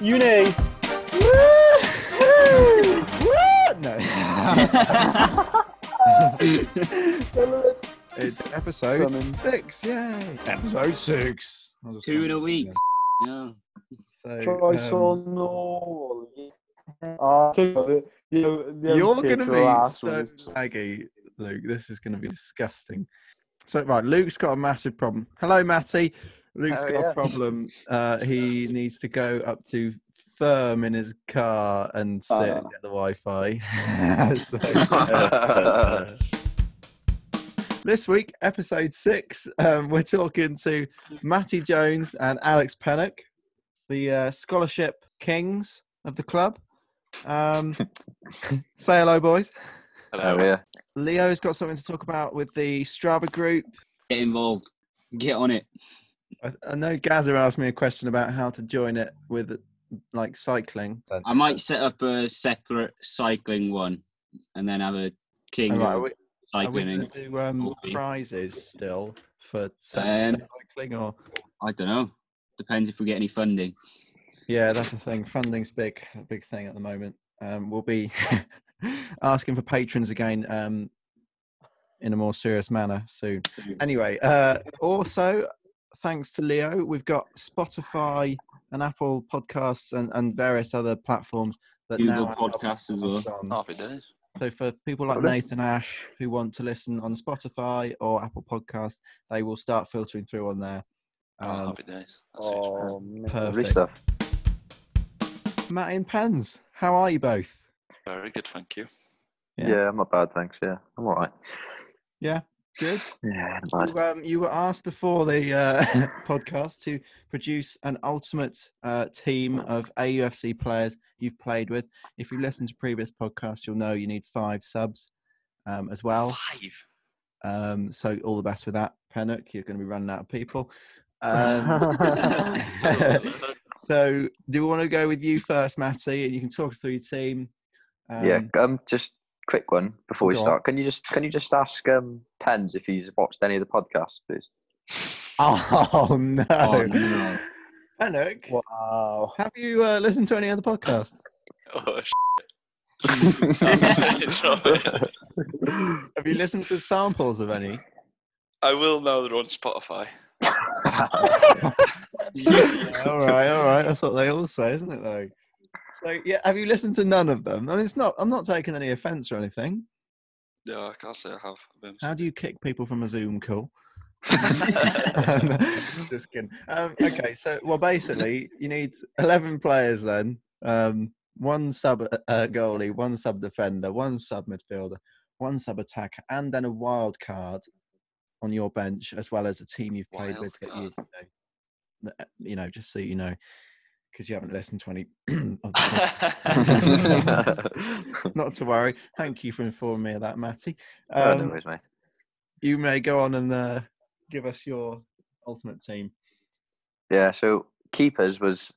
Uni. no. it's episode Summoned. six. Yay. Episode six. I'll just- Two in a I'll just- week. yeah. Yeah. So, um, Trisonol. Ah, tell you what, the- the- the you're going other to kids be are arse so ones. laggy, Luke. This is going to be disgusting. So, right, Luke's got a massive problem. Hello, Matty. Luke's Oh, got yeah. a problem. Uh, he needs to go up to firm in his car and sit Ah. and get the Wi-Fi. so, This week, episode six, um, we're talking to Matty Jones and Alex Pennock, the uh, scholarship kings of the club. Um, say hello, boys. Hello, yeah. Leo's got something to talk about with the Strava group. Get involved. Get on it. I, I know Gaza asked me a question about how to join it with like cycling. I might set up a separate cycling one and then have a king All right, are of we, are we cycling. going and to do um, Walking. prizes still for Um, cycling or? I don't know. Depends if we get any funding. Yeah, that's the thing. Funding's big, a big thing at the moment. Um, we'll be asking for patrons again um, in a more serious manner soon. Anyway, uh, also thanks to Leo, we've got Spotify and Apple Podcasts and, and various other platforms that Google now Podcasts as well. on. Happy days. So for people like Nathan Ash who want to listen on Spotify or Apple Podcasts, they will start filtering through on there. oh, Um, happy days. That's it. Oh, man. Lovely perfect. stuff. Matt and Pens, how are you both? Very good, thank you. Yeah. Yeah. I'm not bad, thanks. Yeah, I'm all right. Good. Yeah, not You, um, you were asked before the uh, podcast to produce an ultimate uh, team of AUFC players you've played with. If you listen to previous podcasts, you'll know you need five subs um, as well. Five. Um, so all the best with that, Pennock. You're going to be running out of people. Um, so do we want to go with you first, Matty? And you can talk us through your team. Um, oh, yeah, um, just quick one before we go on. start. Can you just can you just ask um Pens if he's watched any of the podcasts, please? Oh no. Oh, no. Pennock, Wow. have you uh, listened to any other podcasts? oh, shit. Have you listened to samples of any? I will now they're on Spotify. all right, all right. That's what they all say, isn't it? Though. So yeah, have you listened to none of them? I mean, it's not. I'm not taking any offence or anything. No, I can't say I have. I've been- How do you kick people from a Zoom call? Just kidding. Um, okay, so well, basically, you need 11 players then. Um, one sub uh, goalie, one sub defender, one sub midfielder, one sub attacker, and then a wild card on your bench, as well as a team you've played Wild with. That you, you know, that, uh, you know, just so you know, because you haven't listened to any. of the- Not to worry. Thank you for informing me of that, Matty. oh, no Um, worries, mate. you may go on and uh, give us your ultimate team. Yeah, so keepers was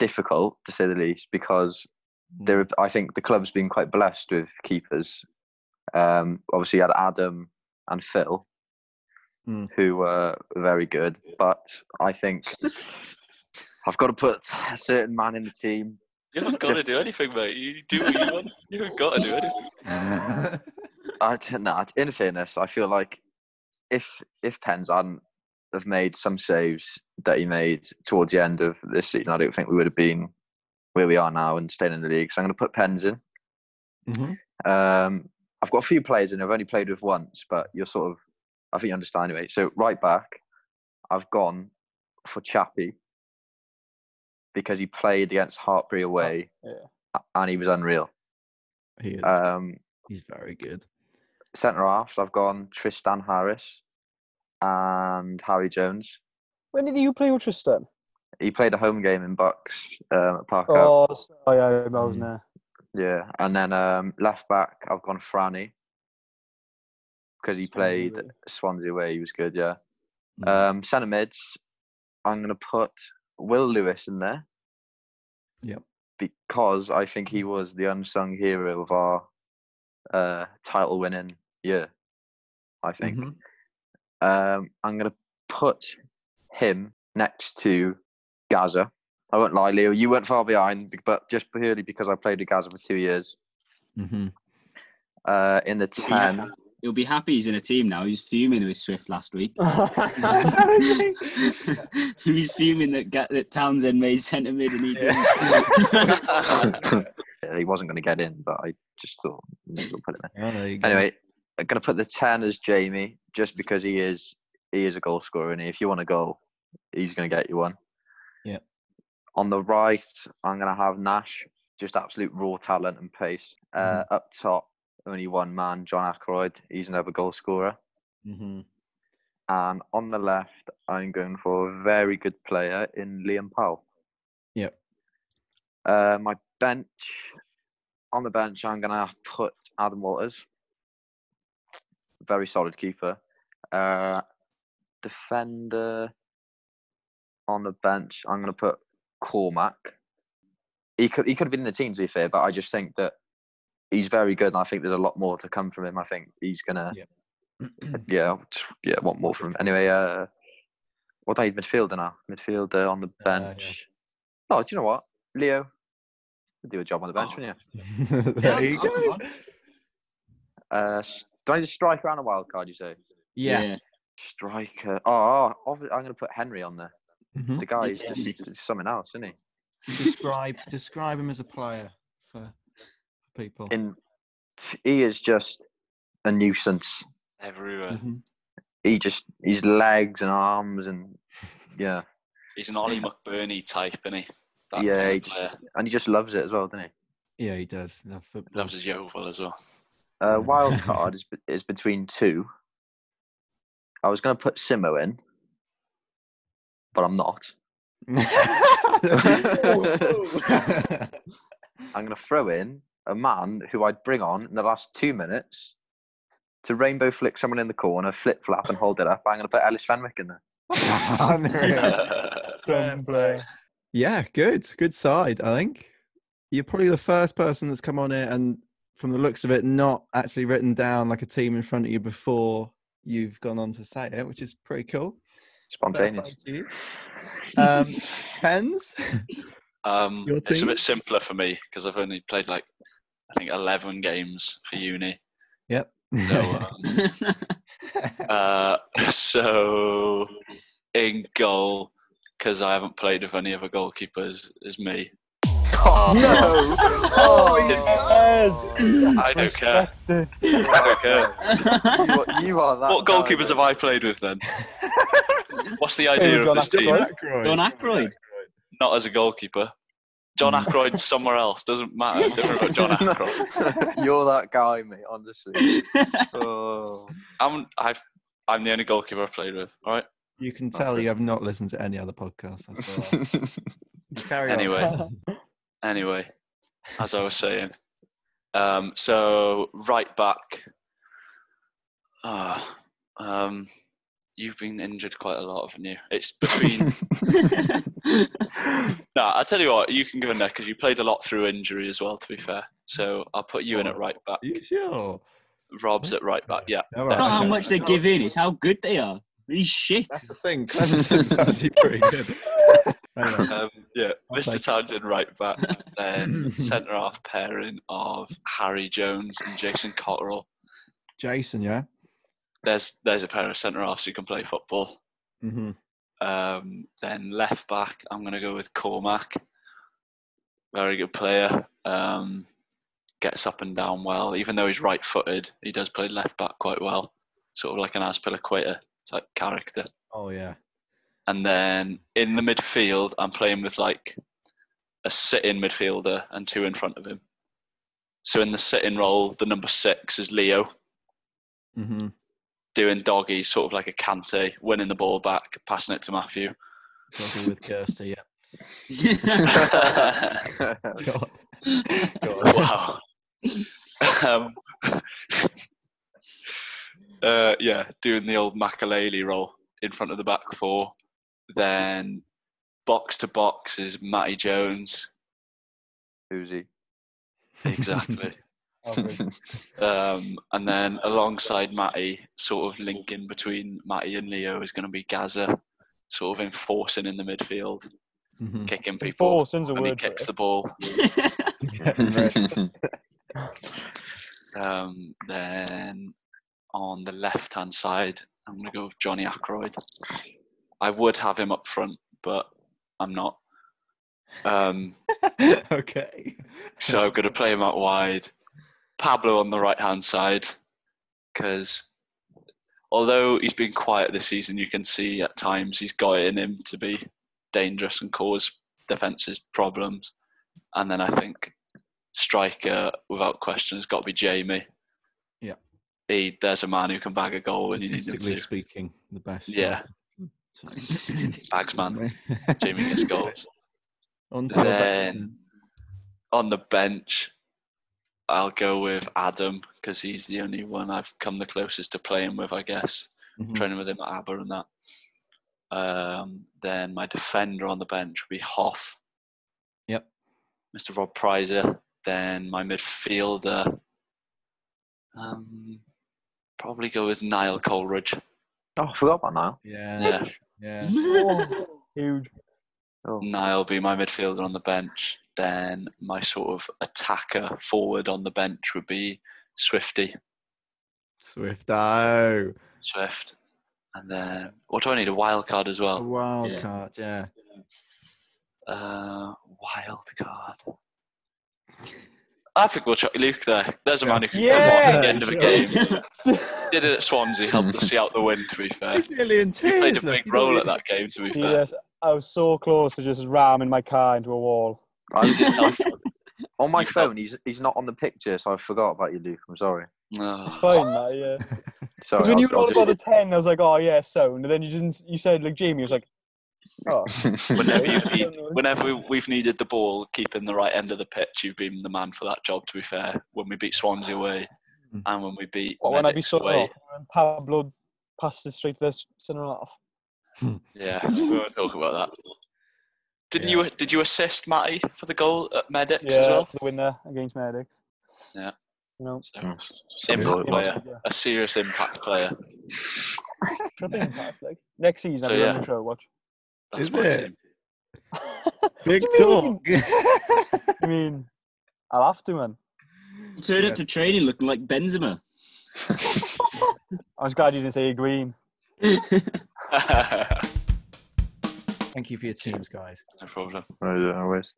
difficult to say the least because there. I think the club's been quite blessed with keepers. Um, obviously, you had Adam and Phil, Mm. who were very good, but I think I've got to put a certain man in the team you haven't got to do anything, mate. You do what you want. You haven't got to do anything. Mm-hmm. I don't know. In fairness, I feel like if if Pens hadn't have made some saves that he made towards the end of this season, I don't think we would have been where we are now and staying in the league. So I'm going to put Pens in. Mhm. Um, I've got a few players in. I've only played with once, but you're sort of, I think you understand anyway. So right back, I've gone for Chappie because he played against Hartbury away, yeah. a- and he was unreal. He is. Um, He's very good. centre halves, I've gone Tristan Harris and Harry Jones. When did you play with Tristan? He played a home game in Bucks um, at Park Hope. Oh, so- oh yeah, I was Mm. there. Yeah, and then um, left back, I've gone Franny because he Swansea played away. Hmm. Swansea away. He was good, yeah. Mm. Um, centre mids, I'm going to put Will Lewis in there. Yep. Because I think Hmm. he was the unsung hero of our uh, title winning year, I think. Mhm. Mm-hmm. Um, I'm going to put him next to Gaza. I won't lie, Leo. You weren't far behind, but just purely because I played with Gaza for two years. Mm-hmm. Uh, in the He'll be happy- ten, He'll be happy he's in a team now. He was fuming with Swift last week. Mm-hmm. he was fuming that, Ga- that Townsend made centre mid and he didn't. he wasn't going to get in, but I just thought maybe we'll put it in. anyway, Anyway, I'm gonna put the ten as Jamie just because he is he is a goal scorer and if you want a goal, he's gonna get you one. Yeah. On the right, I'm gonna have Nash, just absolute raw talent and pace. Uh, Mhm. Up top, only one man, John Ackroyd. He's another goal scorer. hmm And on the left, I'm going for a very good player in Liam Powell. Yep. Uh, my bench, on the bench, I'm going to put Adam Walters. Very solid keeper. Uh, defender, on the bench, I'm going to put Cormac. He could, he could have been in the team, to be fair, but I just think that he's very good and I think there's a lot more to come from him. I think he's going to yeah, I'll just- yeah, want more from him. Anyway, uh, what do I need midfielder now? Midfielder on the yeah. bench. Oh, do you know what, Leo? You'd do a job on the bench, Oh. wouldn't there you Come go. on. you? Uh, s- do I need a striker and a wild card? You say Yeah. striker. Oh, oh obvi- I'm going to put Henry on there. Mhm. The guy is Yeah. just is something else, isn't he? Describe describe him as a player for people. In he is just a nuisance. Everywhere. Mhm. He just his legs and arms and yeah, He's an Ollie McBurney type, isn't he? Yeah, kind of he just- player. and he just loves it as well, doesn't he? Yeah, he does. Love football. loves his Yeovil as well. Uh, wild card is, is between two. I was going to put Simo in, but I'm not. I'm going to throw in a man who I'd bring on in the last two minutes to rainbow flick someone in the corner, flip flap, and hold it up. I'm going to put Ellis Fenwick in there. Unreal. Uh, Yeah, good. Good side, I think. You're probably the first person that's come on here and from the looks of it, not actually written down like a team in front of you before you've gone on to say it, which is pretty cool. Fair play Spontaneous. to you. Um, Pens? um, Your it's a team? bit simpler for me because I've only played like I think eleven games for uni. So, um, Yeah. uh, so in goal because I haven't played with any other goalkeepers is me. no! Oh, yes. I don't care. Respected. I don't care. You are, you are that. What goalkeepers have I played with then? What's the idea John of this team? Ackroyd. uh, John Aykroyd. Not as a goalkeeper. John Hmm. Ackroyd somewhere else doesn't matter. Don't worry about John Ackroyd. have You're that guy, mate, honestly. Oh. I'm I've I'm the only goalkeeper I've played with. All right. You can tell you have not listened to any other podcast. That's all right. Carry on. Anyway. Anyway, as I was saying, um, so right back. Ah, um, you've been injured quite a lot, haven't you? It's between. no, I tell you what, you can go in there because you played a lot through injury as well. To be fair, so I'll put you in at right back. Are Oh, you sure? Rob's at right back. Yeah, All Not It's not how okay. much they give in, it's how good they are. These shit. That's the thing. Clemson's actually pretty good. Anyway. um, yeah. I'll take Mr. it. Townsend right back, then centre half pairing of Harry Jones and Jason Cotterell. Jason, yeah? There's there's a pair of centre halves who can play football. Mm-hmm. Um, then left back, I'm going to go with Cormac. Very good player. Um, gets up and down well. Even though he's right footed, he does play left back quite well. Sort of like an Aspilicueta type character. Oh, yeah. And then in the midfield, I'm playing with like a sitting midfielder and two in front of him. So in the sitting role, the number six is Leo Mm-hmm. doing doggy, sort of like a Kante, winning the ball back, passing it to Matthew. Probably with Kirsty, yeah. God. wow. um, uh, yeah, doing the old Makaleli roll in front of the back four. Then box to box is Matty Jones. Who's he? Exactly. um, and then alongside Matty, sort of linking between Matty and Leo is going to be Gaza, sort of enforcing in the midfield. Mhm. kicking people Enforce is a when he word. for kicks it. the ball. Oh, Um, then on the left hand side, I'm going to go with Johnny Ackroyd. I would have him up front, but I'm not. Um, okay. so I'm going to play him out wide. Pablo on the right hand side, because although he's been quiet this season, you can see at times he's got it in him to be dangerous and cause defences problems. And then I think striker, without question, has got to be Jamie. Yeah. He, there's a man who can bag a goal when you need him Statistically to. speaking, the best. Yeah. Bags man. Jamie gets goals. On to Then on the bench, I'll go with Adam because he's the only one I've come the closest to playing with, I guess. Mm-hmm. Hmm. Training with him at Aber and that. Um, then my defender on the bench would be Hoff. Yep. Mr. Rob Prizer. Then my midfielder, um, probably go with Niall Coleridge. Oh, I forgot about now. Yeah. Yeah. Huge. Oh. Niall be my midfielder on the bench. Then my sort of attacker forward on the bench would be Swifty. Swift. Oh. Swift. And then, what do I need? A wild card as A well. wild Yeah. card. Yeah. Uh, wild card. I think we'll chuck Luke there. There's a man who can come on at the end of a Yeah, game. yes, Did it at Swansea, helped us see out the win, to be fair. He's nearly in He tears. played a look, big he's role already- at that game, to be fair. I was so close to just ramming my car into a wall. I'm- on my You felt- phone, he's he's not on the picture, so I forgot about you, Luke. I'm sorry. Oh, It's fine, that, yeah. Sorry. Because when I'll- you were Oh, I'll all just- about the 10, I was like, oh, yeah, so. And then you didn't, you said, like, Jamie was like, oh. Whenever, you I need, don't know. whenever we've needed the ball, keeping the right end of the pitch, you've been the man for that job, to be fair. When we beat Swansea away Mm. and when we beat What, when I be Medics so away. off? And Pablo passed it straight to the centre half. Yeah, we won't talk about that. Didn't Yeah. you did you assist Matty for the goal at Medics Yeah, as well? for the winner against Medics. Yeah. You know, So, Sorry, impact Luke. player, a serious impact player. should be in fact, like, next season, So, I'll be yeah. on the show, watch. That's Is my it? team. Big What talk. I mean, I'll have to, man. Turned up to training looking like Benzema. I was glad you didn't say green. Oh, Thank you for your teams, guys. no problem. No, no, no worries.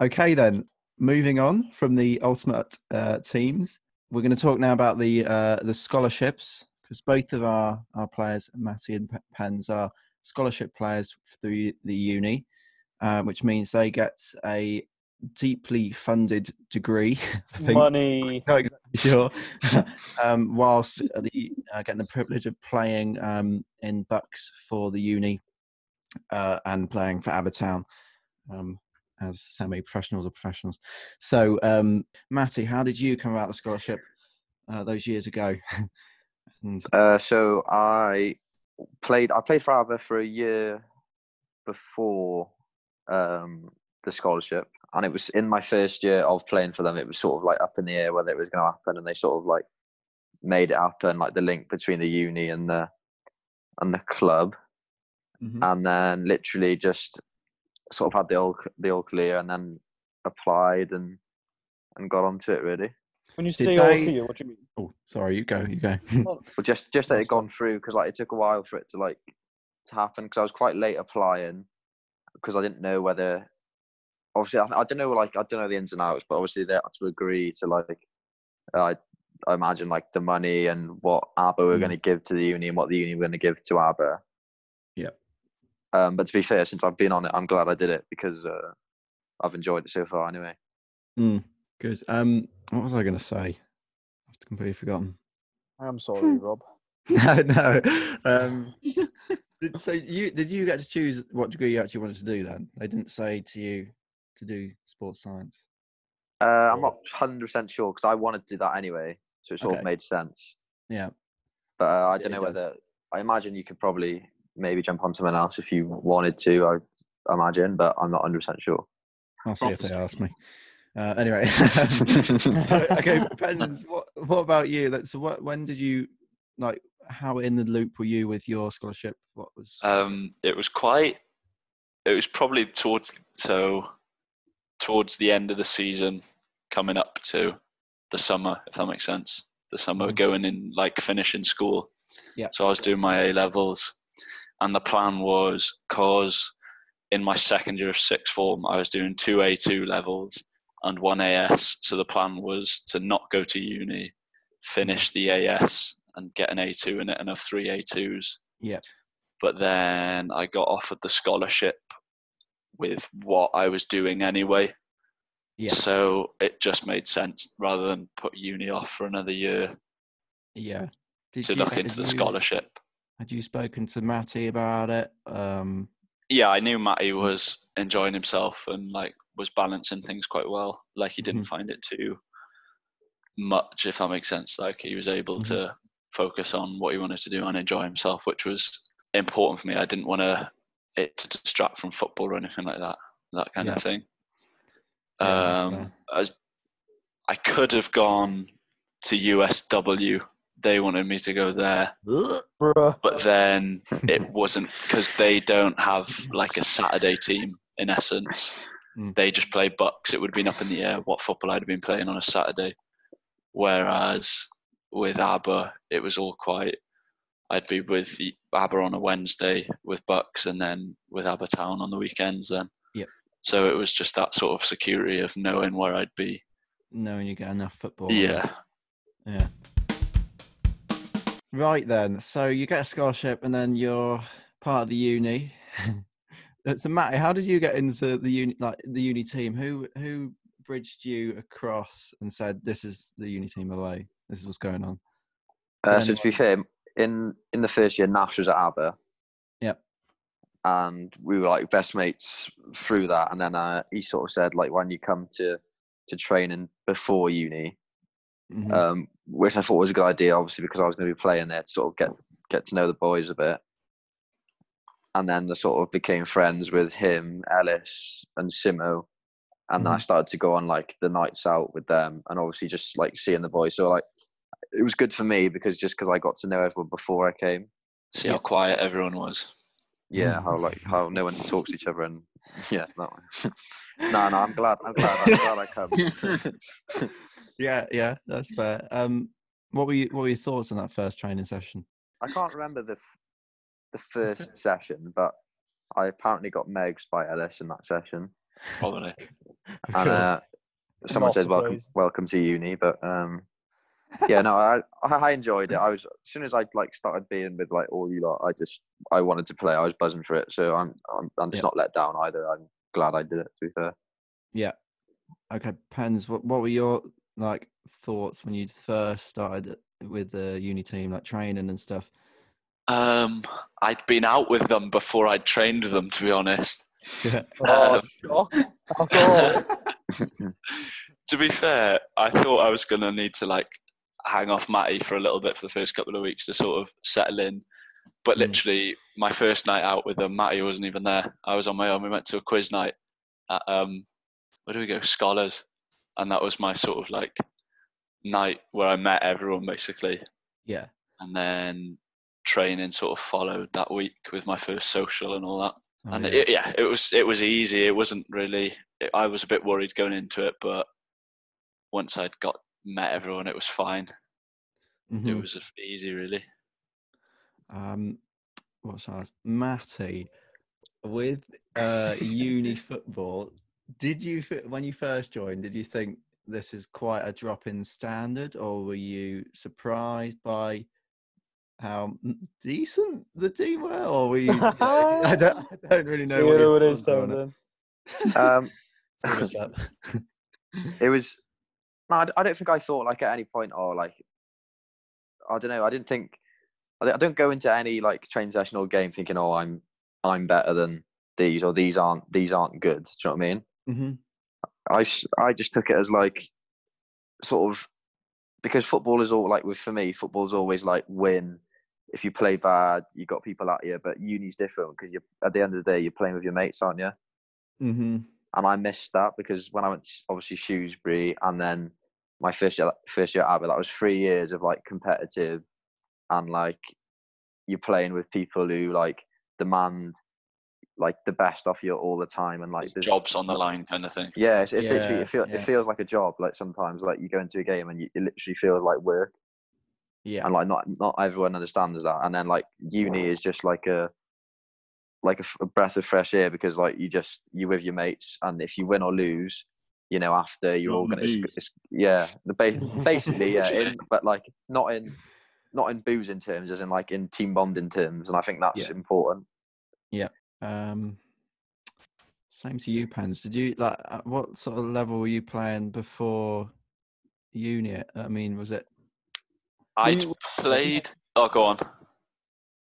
Okay, then moving on from the ultimate uh, teams, we're going to talk now about the uh, the scholarships because both of our our players, Matty and P- Pens, are scholarship players through the uni, uh, which means they get a deeply funded degree. I think. Money. No, exactly sure. um, whilst the, uh, getting the privilege of playing um, in Bucks for the uni uh, and playing for Abertown um, as semi professionals or professionals. So, um, Matty, how did you come about the scholarship uh, those years ago? and, Uh, so I played. I played for Aber for a year before um, the scholarship, and it was in my first year of playing for them. It was sort of like up in the air whether it was going to happen, and they sort of like made it happen, like the link between the uni and the and the club. Mhm. and then literally just sort of had the all the all clear and then applied and and got onto it really. When you Did say all they- clear, what do you mean? oh, sorry, you go, you go. Well, just just that That's it gone through because like it took a while for it to like to happen because I was quite late applying because I didn't know whether obviously I, I don't know like I don't know the ins and outs but obviously they had to agree to like I I imagine like the money and what ABBA were Mm. going to give to the uni and what the uni were going to give to ABBA. Yep. Um, but to be fair, since I've been on it, I'm glad I did it because uh, I've enjoyed it so far. Anyway, Good. Um, what was I going to say? I've completely forgotten. I'm sorry, Rob. no, no. Um, did- so you did you get to choose what degree you actually wanted to do then? They didn't say to you to do sports science. uh, I'm Cool. not 100 percent sure because I wanted to do that anyway, so it sort Okay. of made sense. Yeah. But uh, I Yeah, don't it know does. whether I imagine you could probably maybe jump on someone else if you wanted to. I imagine, but I'm not 100 percent sure. I'll see if they Proper ask me. Uh, anyway. okay, Pens, what what about you? Like, so what when did you like Uh, how in the loop were you with your scholarship? What was Um, it was quite it was probably towards so towards the end of the season, coming up to the summer, if that makes sense. The summer Mhm. going in like finishing school. Yep. So I was doing my A levels, and the plan was cause in my second year of sixth form, I was doing two A two levels and one AS. So the plan was to not go to uni, finish the AS, and get an A two in it and have three A twos Yep. but then I got offered the scholarship with what I was doing anyway. Yeah. So it just made sense rather than put uni off for another year Yeah. Did to you- look had into the you- scholarship. Had you spoken to Matty about it? Um, Yeah, I knew Matty was enjoying himself and like was balancing things quite well. Like he Mm-hmm. didn't find it too much, if that makes sense. Like he was able Mhm. to focus on what he wanted to do and enjoy himself, which was important for me. I didn't want to it to distract from football or anything like that. That kind Yeah. of thing. Yeah, that's Um, fair. as I could have gone to USW. They wanted me to go there, Bruh. but then it wasn't because they don't have like a Saturday team in essence. Mm. They just play Bucks. It would have been up in the air what football I'd have been playing on a Saturday. Whereas with ABBA, it was all quite. I'd be with the- ABBA on a Wednesday with Bucks and then with ABBA Town on the weekends then. Yep. So it was just that sort of security of knowing where I'd be. knowing you get enough football. Yeah. Yeah. Right then. So you get a scholarship and then you're part of the uni. so Matty, how did you get into the uni like the uni team? Who who bridged you across and said, This is the uni team by the way, this is what's going on. Uh, Then so to be what- fair, in in the first year, Nash was at Aber. Yep. And we were like best mates through that, and then uh, he sort of said like, "Why don't you come to to training before uni?" Mhm. Um, which I thought was a good idea, obviously, because I was going to be playing there to sort of get get to know the boys a bit. And then I sort of became friends with him, Ellis, and Simo, and I Mhm. started to go on like the nights out with them, and obviously just like seeing the boys. So like, it was good for me because just because I got to know everyone before I came. See how quiet everyone was. Yeah, Mm. how like how no one talks to each other, and yeah, that way. no, no, I'm glad. I'm glad. I'm glad I come. Yeah, yeah, that's fair. Um what were you what were your thoughts on that first training session? I can't remember the f- the first session, but I apparently got megs by Ellis in that session, Probably. Of and course. uh, someone Not said welcome, surprised. welcome to uni. But um, yeah, no, I I I enjoyed it. I was as soon as I like started being with like all you lot, I just I wanted to play. I was buzzing for it, so I'm I'm, I'm just Yeah. not let down either. I'm glad I did it. To be fair, Okay, Pens, what what were your like thoughts when you first started with the uni team, like training and stuff? Um, I'd been out with them before I'd trained them, to be honest. Yeah. Oh, Um, shock. Alcohol. to be fair, I thought I was gonna need to like hang off Matty for a little bit for the first couple of weeks to sort of settle in. But Mm. literally, my first night out with them, Matty wasn't even there. I was on my own. We went to a quiz night at um, where do we go? Scholars, and that was my sort of like night where I met everyone basically, Yeah. and then training sort of followed that week with my first social and all that. Oh, and yeah. it, yeah, it was it was easy. It wasn't really. It, I was a bit worried going into it, but once I'd got met everyone, it was fine. It Mhm. was easy, really. Um, what's ours? Matty, with uh, uni football, did you f- when you first joined? Did you think this is quite a drop in standard, or were you surprised by how m- decent the team were, or were you? I don't, I don't really know. what You know your what it is, thoughts are on it. Townsend. um, What was that? it was. No, I d- I don't think I thought like at any point. Oh, like I don't know. I didn't think. I don't- I don't go into any like transactional game thinking, oh, I'm I'm better than these or these aren't these aren't good. Do you know what I mean? Mhm. I s- I just took it as like sort of because football is all like with for me football's always like win. If you play bad, you got people at you. But uni's different because you are at the end of the day you're playing with your mates, aren't you? Mhm. and I missed that because when I went to s- obviously Shrewsbury and then my first year first year at Abbott, that was three years of like competitive and like you're playing with people who like demand like the best off you all the time and like There's there's jobs on the line kind of thing. Yeah, it's, it's literally Yeah, it, feel, yeah. it feels like a job. Like sometimes, like you go into a game and you, it literally feels like work, Yeah. and like not not everyone understands that. And then like uni is just like a like a, f- a breath of fresh air because like you just you with your mates, and if you win or lose, you know after you're Not all on the gonna it's, booze. it's, yeah the ba- basically yeah, Yeah. in, but like not in not in boozing terms, as in like in team bonding terms, and I think that's Yeah. important. Um, same to you, Pans. Did you like at what sort of level were you playing before uni? I mean, was it? I'd you- played. Oh, go on.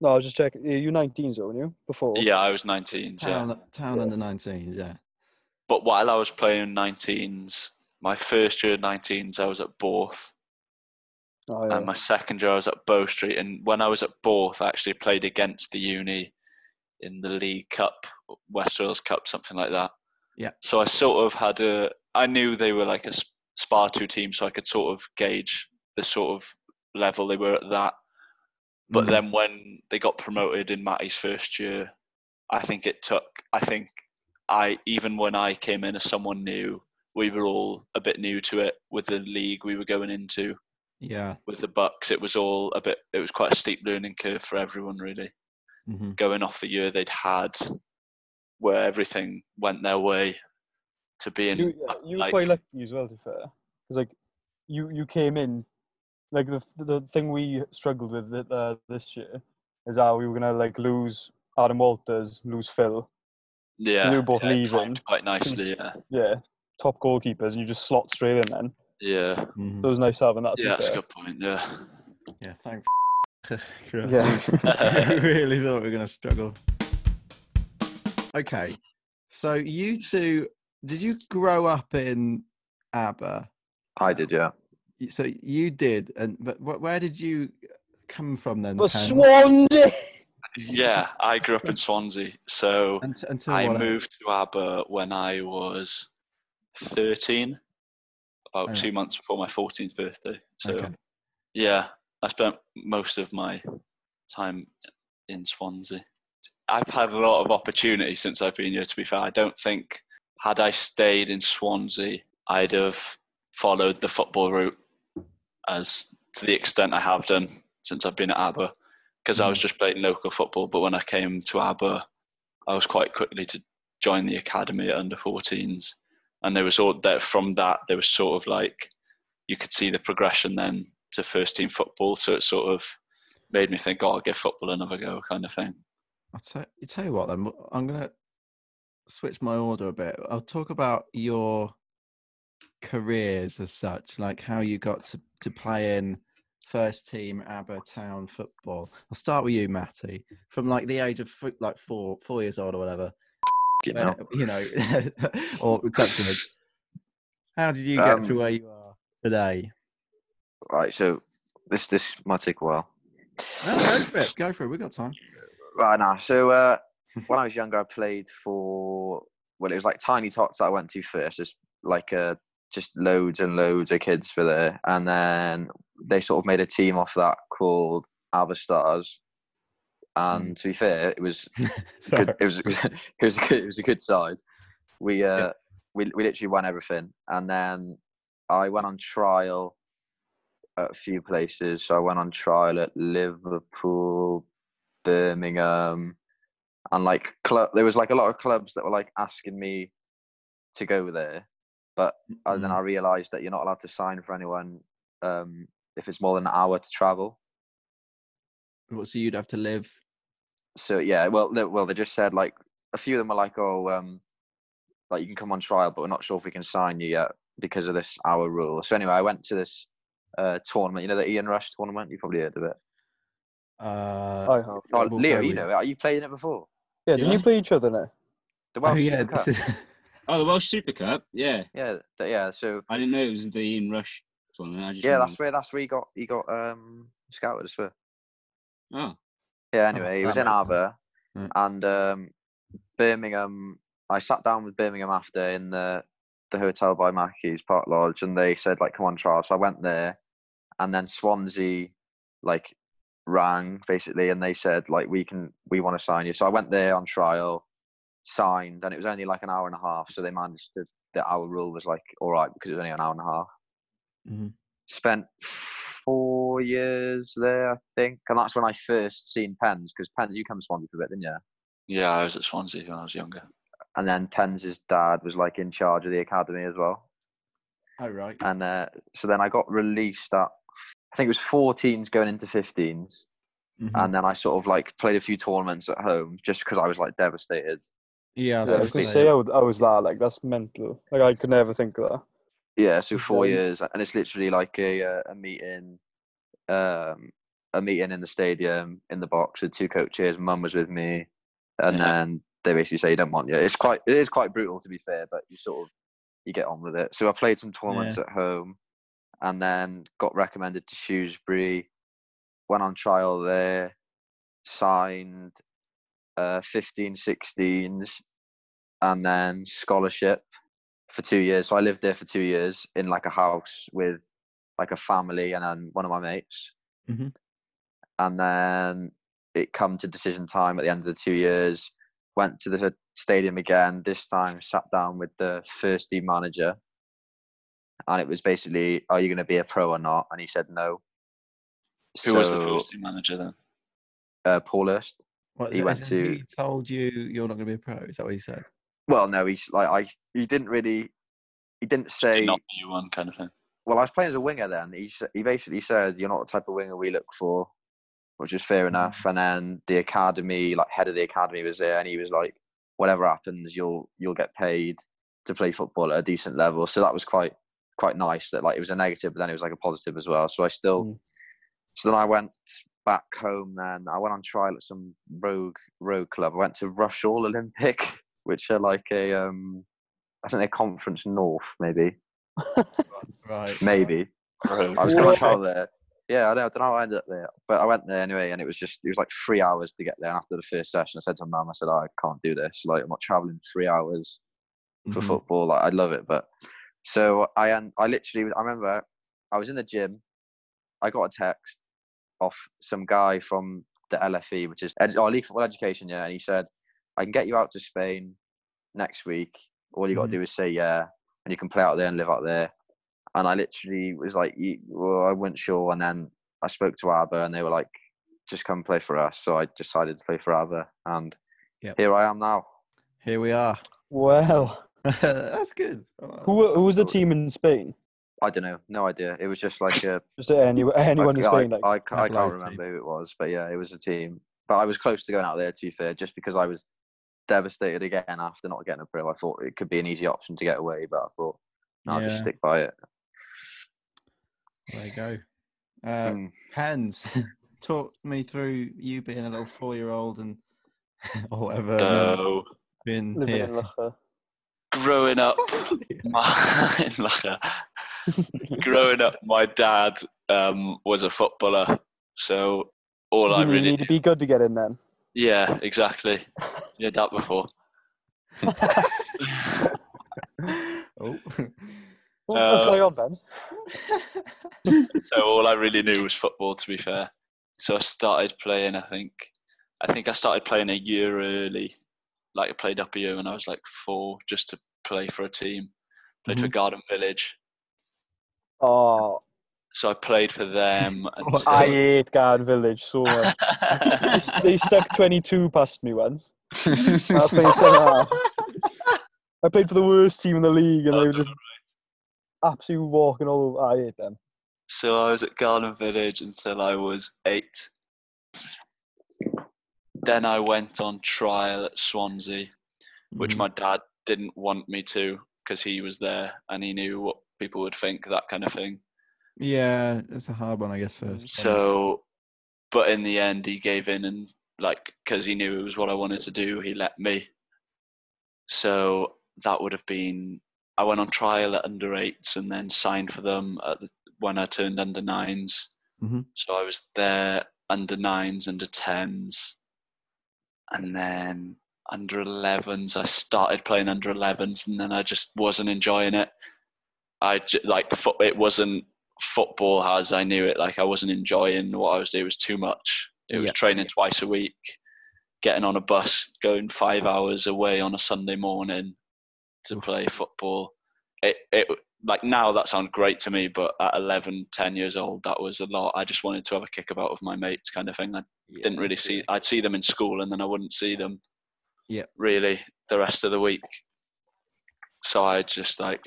No, I was just checking. Yeah, You're 19s, though, weren't you? Before. Yeah, I was 19s. Yeah. Town, town under 19s, yeah. But while I was playing 19s, my first year of 19s, I was at Borth. Oh, yeah. And my second year, I was at Bow Street. And when I was at Borth, I actually played against the uni in the League Cup, West Wales Cup, something like that. Yeah. So I sort of had a. I knew they were like a s- spar two team, so I could sort of gauge the sort of level they were at that. But Mm. then when they got promoted in Matty's first year, I think it took. I think I even when I came in as someone new, we were all a bit new to it with the league we were going into yeah, with the Bucks, it was all a bit. It was quite a steep learning curve for everyone, really. hmm Going off the year they'd had, where everything went their way, to being you, yeah, you were like- quite lucky as well, to be fair, because like you you came in like the the thing we struggled with th- uh, this year is how we were gonna like lose Adam Walters, lose Phil, yeah, we were both yeah, leaving. timed quite nicely. Yeah, yeah, top goalkeepers, and you just slot straight in. Then yeah, so it was nice having that. to be yeah. That's a fair. good point. Yeah, Mm-hmm. yeah. Thank. Yeah. I really thought we were going to struggle. Okay, so you two, did you grow up in ABBA? I did, yeah. Y- So you did, and but wh- where did you come from then? But Pans? Swansea. yeah. I grew up in Swansea, so Unt- Until I what e- age? moved to Aber when I was thirteen, about Alright. two months before my fourteenth birthday. So. Okay. Yeah, I spent most of my time in Swansea. I've had a lot of opportunity since I've been here. To be fair, I don't think had I stayed in Swansea, I'd have followed the football route as to the extent I have done since I've been at Aber, because I was just playing local football. But when I came to Aber, I was quite quickly to join the academy at under 14s, and there was all that from that there was sort of like you could see the progression then to first team football. So it sort of made me think, oh, I'll give football another go, kind of thing. I'll tell you, tell you what, then w- I'm gonna switch my order a bit. I'll talk about your careers as such, like how you got to, to play in first team ABBA town football. I'll start with you, Matty, from like the age of f- like four, four years old or whatever. You when- know. you know, or touching it. How did you get to Um, where you are today? Right, so this this might take a while. No, go for it. Go for it. We've got time. Right now, so uh, when I was younger, I played for well, it was like tiny tots that I went to first, just like uh, just loads and loads of kids for there, and then they sort of made a team off that called Abba Stars. And to be fair, it was Sorry. good, it was it was it was a good, it was a good side. We uh Yeah. we we literally won everything, and then I went on trial at a few places. So I went on trial at Liverpool, Birmingham, and like club. There was like a lot of clubs that were like asking me to go there, but and Mm. then I realised that you're not allowed to sign for anyone um, if it's more than an hour to travel. What, so you'd have to live. so yeah, well, they, well, they just said like a few of them were like, oh, um, like you can come on trial, but we're not sure if we can sign you yet because of this hour rule. So anyway, I went to this uh, tournament, you know, the Ian Rush tournament. You probably heard of it. Uh, I have. Oh, we'll Leo, go you with- know, it. you played in it before. Yeah, didn't Yeah. you play each other now? The Oh Welsh yeah, Super Cup. this is Oh, the Welsh Super Cup. Yeah, yeah, th- yeah. So I didn't know it was the Ian Rush one. I just yeah, remembered. that's where that's where he got he got um scouted. I swear. Oh, Yeah, anyway, he that was in makes sense. Arbor Right. and um, Birmingham. I sat down with Birmingham after in the the hotel by Mackey's Park Lodge, and they said like, "Come on, trial." So I went there, and then Swansea like rang basically, and they said like, "We can, we want to sign you." So I went there on trial, signed, and it was only like an hour and a half, so they managed to. The hour rule was like all right because it was only an hour and a half. Mhm. Spent four years there, I think, and that's when I first seen Pens because Pens, you come to Swansea for a bit, didn't you? Yeah, I was at Swansea when I was younger. And then Pens' dad was like in charge of the academy as well. Oh right. and uh, so then I got released at I think it was 14s going into 15s, Mhm. and then I sort of like played a few tournaments at home just because I was like devastated. yeah, I I was Yeah, gonna was gonna amazing. say I was, I was that. Like that's mental. Like I could never think of that. Yeah, so four Okay. years, and it's literally like a uh, a meeting, um, a meeting in the stadium in the box with two coaches. Mum was with me, and Yeah. then they basically say you don't want you. It's quite it is quite brutal to be fair, but you sort of you get on with it. So I played some tournaments at home, and then got recommended to Shrewsbury. Went on trial there, signed uh, 15, 16s, and then scholarship for two years. So I lived there for two years in like a house with like a family and then one of my mates. Mm-hmm. Mhm. And then it come to decision time at the end of the two years. Went to the stadium again. This time sat down with the first team manager, and it was basically, "Are you going to be a pro or not?" And he said no. Who was the So, first team manager then? Uh, Paul Hurst. What, he so- went so to- He told you you're not going to be a pro. Is that what he said? Well, no, he's like I. He didn't really. He didn't say. Not you one kind of thing. well, I was playing as a winger then. He s- he basically said you're not the type of winger we look for, which is fair enough. And then the academy, like head of the academy, was there, and he was like, whatever happens, you'll you'll get paid to play football at a decent level. So that was quite quite nice. That like it was a negative, but then it was like a positive as well. So I still. Mm. So then I went back home. Then I went on trial at some rogue rogue club. I went to Rushall Olympic, which are like a um, I think they're Conference North maybe Right. maybe. Bro, I was going Whoa. to travel there. Yeah, I don't, I don't know how I ended up there, but I went there anyway, and it was just it was like three hours to get there. And after the first session, I said to my mum, I said, "Oh, I can't do this. Like, I'm not traveling three hours for Mhm. football. Like, I love it, but so I and I literally I remember I was in the gym. I got a text off some guy from the LFE, which is ed, oh, League Football Education, yeah, and he said, "I can get you out to Spain next week. All you got to Mhm. do is say yeah, and you can play out there and live out there." And I literally was like, "Ye- "Well, I wasn't sure," and then I spoke to ABBA, and they were like, "Just come play for us." So I decided to play for ABBA, and Yep. here I am now. Here we are. Well, That's good. Oh, who wa- who was the team in Spain? I don't know, no idea. It was just like a Just any, anyone in I, Spain, like I, I, ca- I Pablo can't team. remember who it was, but yeah, it was a team. But I was close to going out there, to be fair, just because I was devastated again after not getting a pro. I thought it could be an easy option to get away, but I thought, no, I'll just Yeah. stick by it. There you go. Uh, Um, Mm. Hans, talk me through you being a little four-year-old and or whatever. now so, Been living here. in Lacha. growing up, my, in Lacher. growing up, my dad um, was a footballer. So all I you need, you really need to be good to get in then. Yeah, exactly. You had that before. oh. Well, Uh, carry on, Ben. so all I really knew was football to be fair. So I started playing I think I think I started playing a year early. Like I played up a year when I was like four just to play for a team. Played Mm-hmm. for Garden Village. Oh, So I played for them and What? I hate Garden Village so much. they, they stuck 22 past me once. I was playing centre half. I played for the worst team in the league, and Oh, they were just absolutely walking all over. I hate them. so I was at Garden Village until I was eight. Then I went on trial at Swansea. Mm-hmm. which my dad didn't want me to because he was there and he knew what people would think, that kind of thing. yeah, it's a hard one, I guess. First. Mm, Um, So, but in the end, he gave in and, like, because he knew it was what I wanted to do, he let me. So that would have been, I went on trial at under eights and then signed for them at the, when I turned under 9s Mhm. So I was there under nines, under tens, and then under 11s. I started playing under 11s, and then I just wasn't enjoying it. I j- like fo- it wasn't football as I knew it. Like I wasn't enjoying what I was doing. It was too much. It was Yeah. training twice a week, getting on a bus, going five hours away on a Sunday morning to play football. It, it like now that sounds great to me, but at 11, 10 years old, that was a lot. I just wanted to have a kick about with my mates, kind of thing. I didn't really see. I'd see them in school, and then I wouldn't see them. Yeah. Really, the rest of the week. So I just like,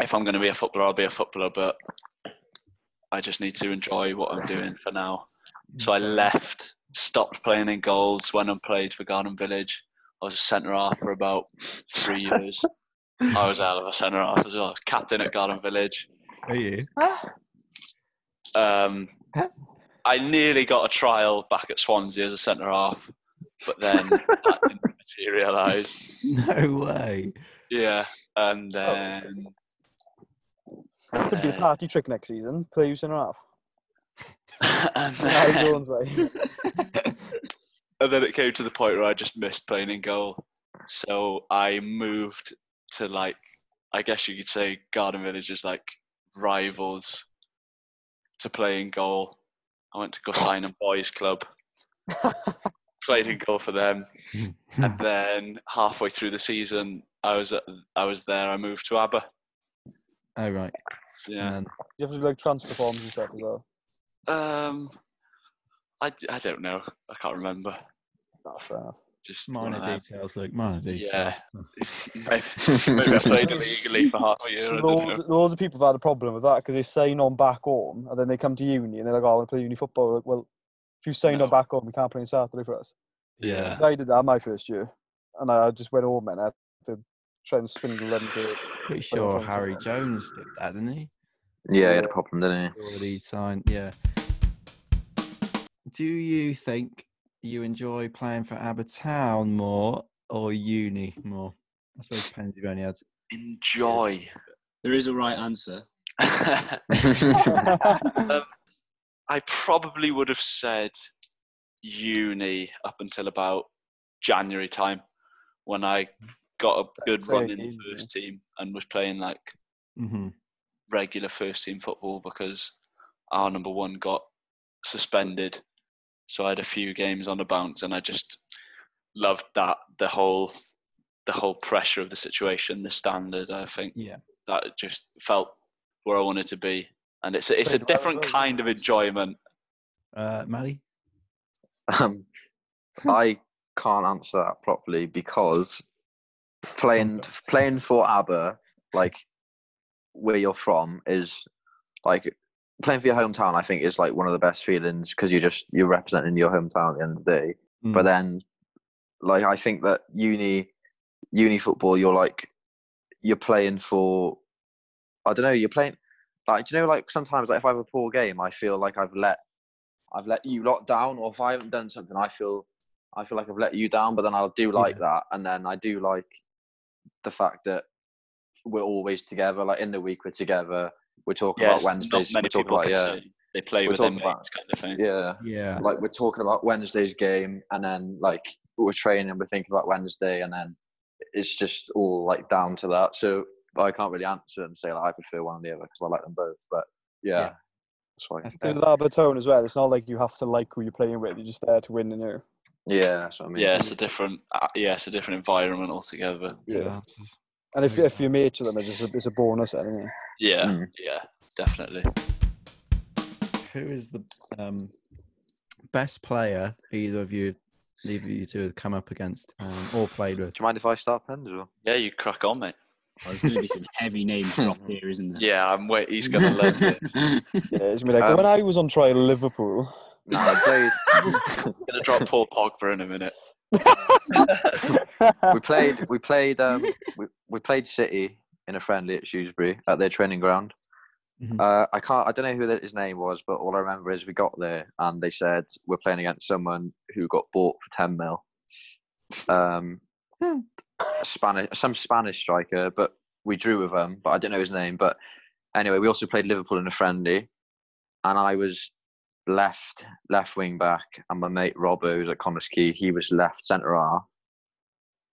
if I'm going to be a footballer, I'll be a footballer, but I just need to enjoy what I'm doing for now. So I left, stopped playing in goals, went and played for Garden Village. I was a centre half for about three years. I was out of a centre half as well. I was captain at Garden Village. Are you? Um, I nearly got a trial back at Swansea as a centre half, but then that didn't materialise. No way. Yeah, and then Could be a Uh, party trick next season. Play you centre half. and How it then, goes, like. and then it came to the point where I just missed playing in goal. So I moved to like, I guess you could say Garden Village is like rivals to play in goal. I went to Gusine and Boys Club, played in goal for them. and then halfway through the season, I was at, I was there. I moved to ABBA. Oh right. Yeah. And You have to do like transfer forms and stuff as well. Um, I, I don't know. I can't remember. That's fair enough. Just one minor of them. details, Luke. Minor details. Maybe, maybe I played illegally for half a year. I don't know. Loads, loads of people have had a problem with that because they sign on back home and then they come to uni and they're like, oh, I want to play uni football. Like, well, if you sign on No. back home, you can't play on Saturday for us. Yeah. I did that my first year and I just went home and I had to try and swindle them to Pretty But I'm sure trying to Harry find- Jones did that, didn't he? yeah, he had a problem, didn't Already signed. Yeah. Do you think you enjoy playing for Abertown more or uni more? I suppose it depends. You've only had. Enjoy. There is a right answer. I he? probably would have said uni up until about January time when I got a good very run in the easy. first team and was playing like Mm-hmm. regular first team football because our number one got suspended. So I had a few games on the bounce and I just loved that the whole the whole pressure of the situation, the standard, I think Yeah. that it just felt where I wanted to be. And it's a, it's a Played well as different well, kind of enjoyment. Uh, Maddie. Um, I can't answer that properly because playing playing for ABBA, like where you're from, is like playing for your hometown. I think is like one of the best feelings because you just you're representing your hometown at the end of the day. Mm. Hmm. But then, like I think that uni uni football, you're like you're playing for. I don't know. You're playing. Like, do you know? Like sometimes, like if I have a poor game, I feel like I've let I've let you lot down, or if I haven't done something, I feel I feel like I've let you down. But then I'll do like that, and then I do like the fact that we're always together. Like in the week, we're together. We're talking Yeah, about Wednesdays. not we're many talking people about can yeah, say they play We're with their talking mates about- kind of thing. yeah. Yeah. Like we're talking about Wednesday's game, and then like we're training, we're thinking about Wednesday, and then it's just all like down to that. So I can't really answer and say like I prefer one or the other because I like them both. But yeah, Yeah. that's why. That's Because good. with Albertone as well, it's not like you have to like who you're playing with. You're just there to win, and you. Yeah, Mm. that's what I mean. Yeah, it's a different uh, yeah, it's a different environment altogether. Good Yeah. answers. And if if you're mates with them, it's just a, it's a bonus, isn't it? Yeah, Mm. yeah, definitely. Who is the um, best player either of you, either of you two, have come up against um, or played with? Do you mind if I start pens or? Yeah, you crack on, mate. Oh, There's going to be some heavy names dropped here, isn't there? Yeah, I'm wait. He's gonna learn it. Yeah, it's gonna be like Um, when I was on trial at Liverpool. No, I played. Gonna drop Paul Pogba in a minute. we played. We played. Um, we, we played City in a friendly at Shrewsbury at their training ground. Mhm. Uh, I can't. I don't know who that his name was, but all I remember is we got there and they said we're playing against someone who got bought for ten mil. Um, Spanish, some Spanish striker, but we drew with him. But I don't know his name. But anyway, we also played Liverpool in a friendly, and I was left left wing back, and my mate Robbo, who's at Connors Key, he was left centre half.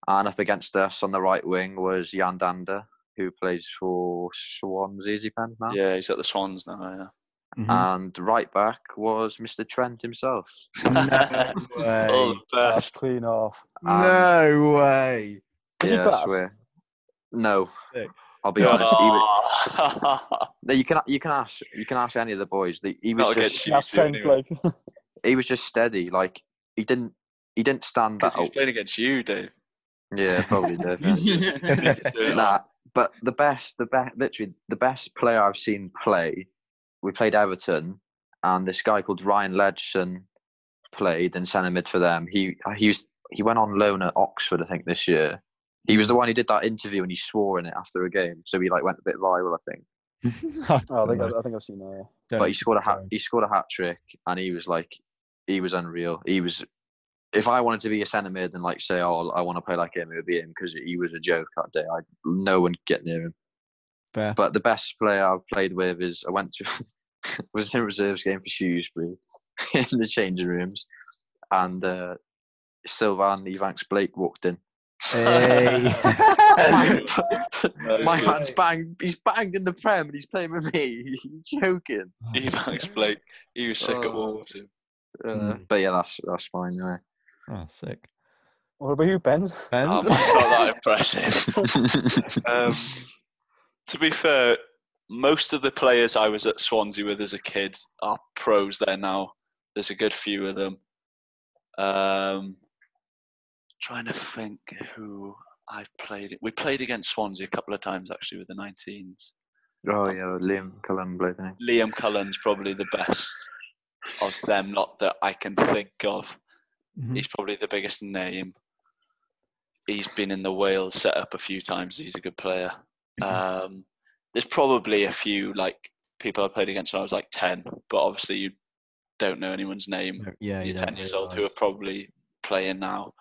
And up against us on the right wing was Jan Dander, who plays for Swansea, is he penned now? Yeah, he's at the Swans now. Um, Mhm. and right back was Mr. Trent himself. No way. All the That's best. clean off. oh, Um, no way. Is he yeah, class? I swear. No, Sick. I'll be honest. He was, Oh. no, you can you can ask you can ask any of the boys. The, he was Not just against you That's two, Trent, anyway. like. he was just steady. Like he didn't he didn't stand 'Cause he was out. playing against you, Dave. Yeah, probably did. yeah. You need to turn it Nah, on. but the best, the best, literally the best player I've seen play. We played Everton, and this guy called Ryan Ledson played in centre mid for them. He he was he went on loan at Oxford, I think, this year. He was the one who did that interview and he swore in it after a game, so he like went a bit viral, I think. Oh, I think, I, Dunno. I think I've seen that. yeah. But he scored a hat, Sorry. he scored a hat trick, and he was like, he was unreal. He was. If I wanted to be a centre mid and like say, oh, I want to play like him, it would be him because he was a joke that day. I no one could get near him. Fair. But the best player I've played with is I went to was in a reserves game for Shrewsbury in the changing rooms, and uh, Sylvan Evanks Blake walked in. Hey. That is My good. man's banged. He's banged in the prem, and he's playing with me. He's joking. Evan's Blake. He was sick at Oh. Wolves. him. Uh, Mm. But yeah, that's that's fine. Yeah. oh, sick. What about you, Benz? Benz? Oh, man, it's not that impressive. Um, to be fair, most of the players I was at Swansea with as a kid are pros there now. There's a good few of them. Um, trying to think who I've played. We played against Swansea a couple of times actually with the 19s. oh yeah, Liam Cullen Blake. innit? Liam Cullen's probably the best of them, not that I can think of. Mhm. He's probably the biggest name. He's been in the Wales setup a few times. He's a good player. Um, there's probably a few like people I played against when I was like ten, but obviously you don't know anyone's name. No, Mm-hmm. yeah, You're ten years old who are probably playing now.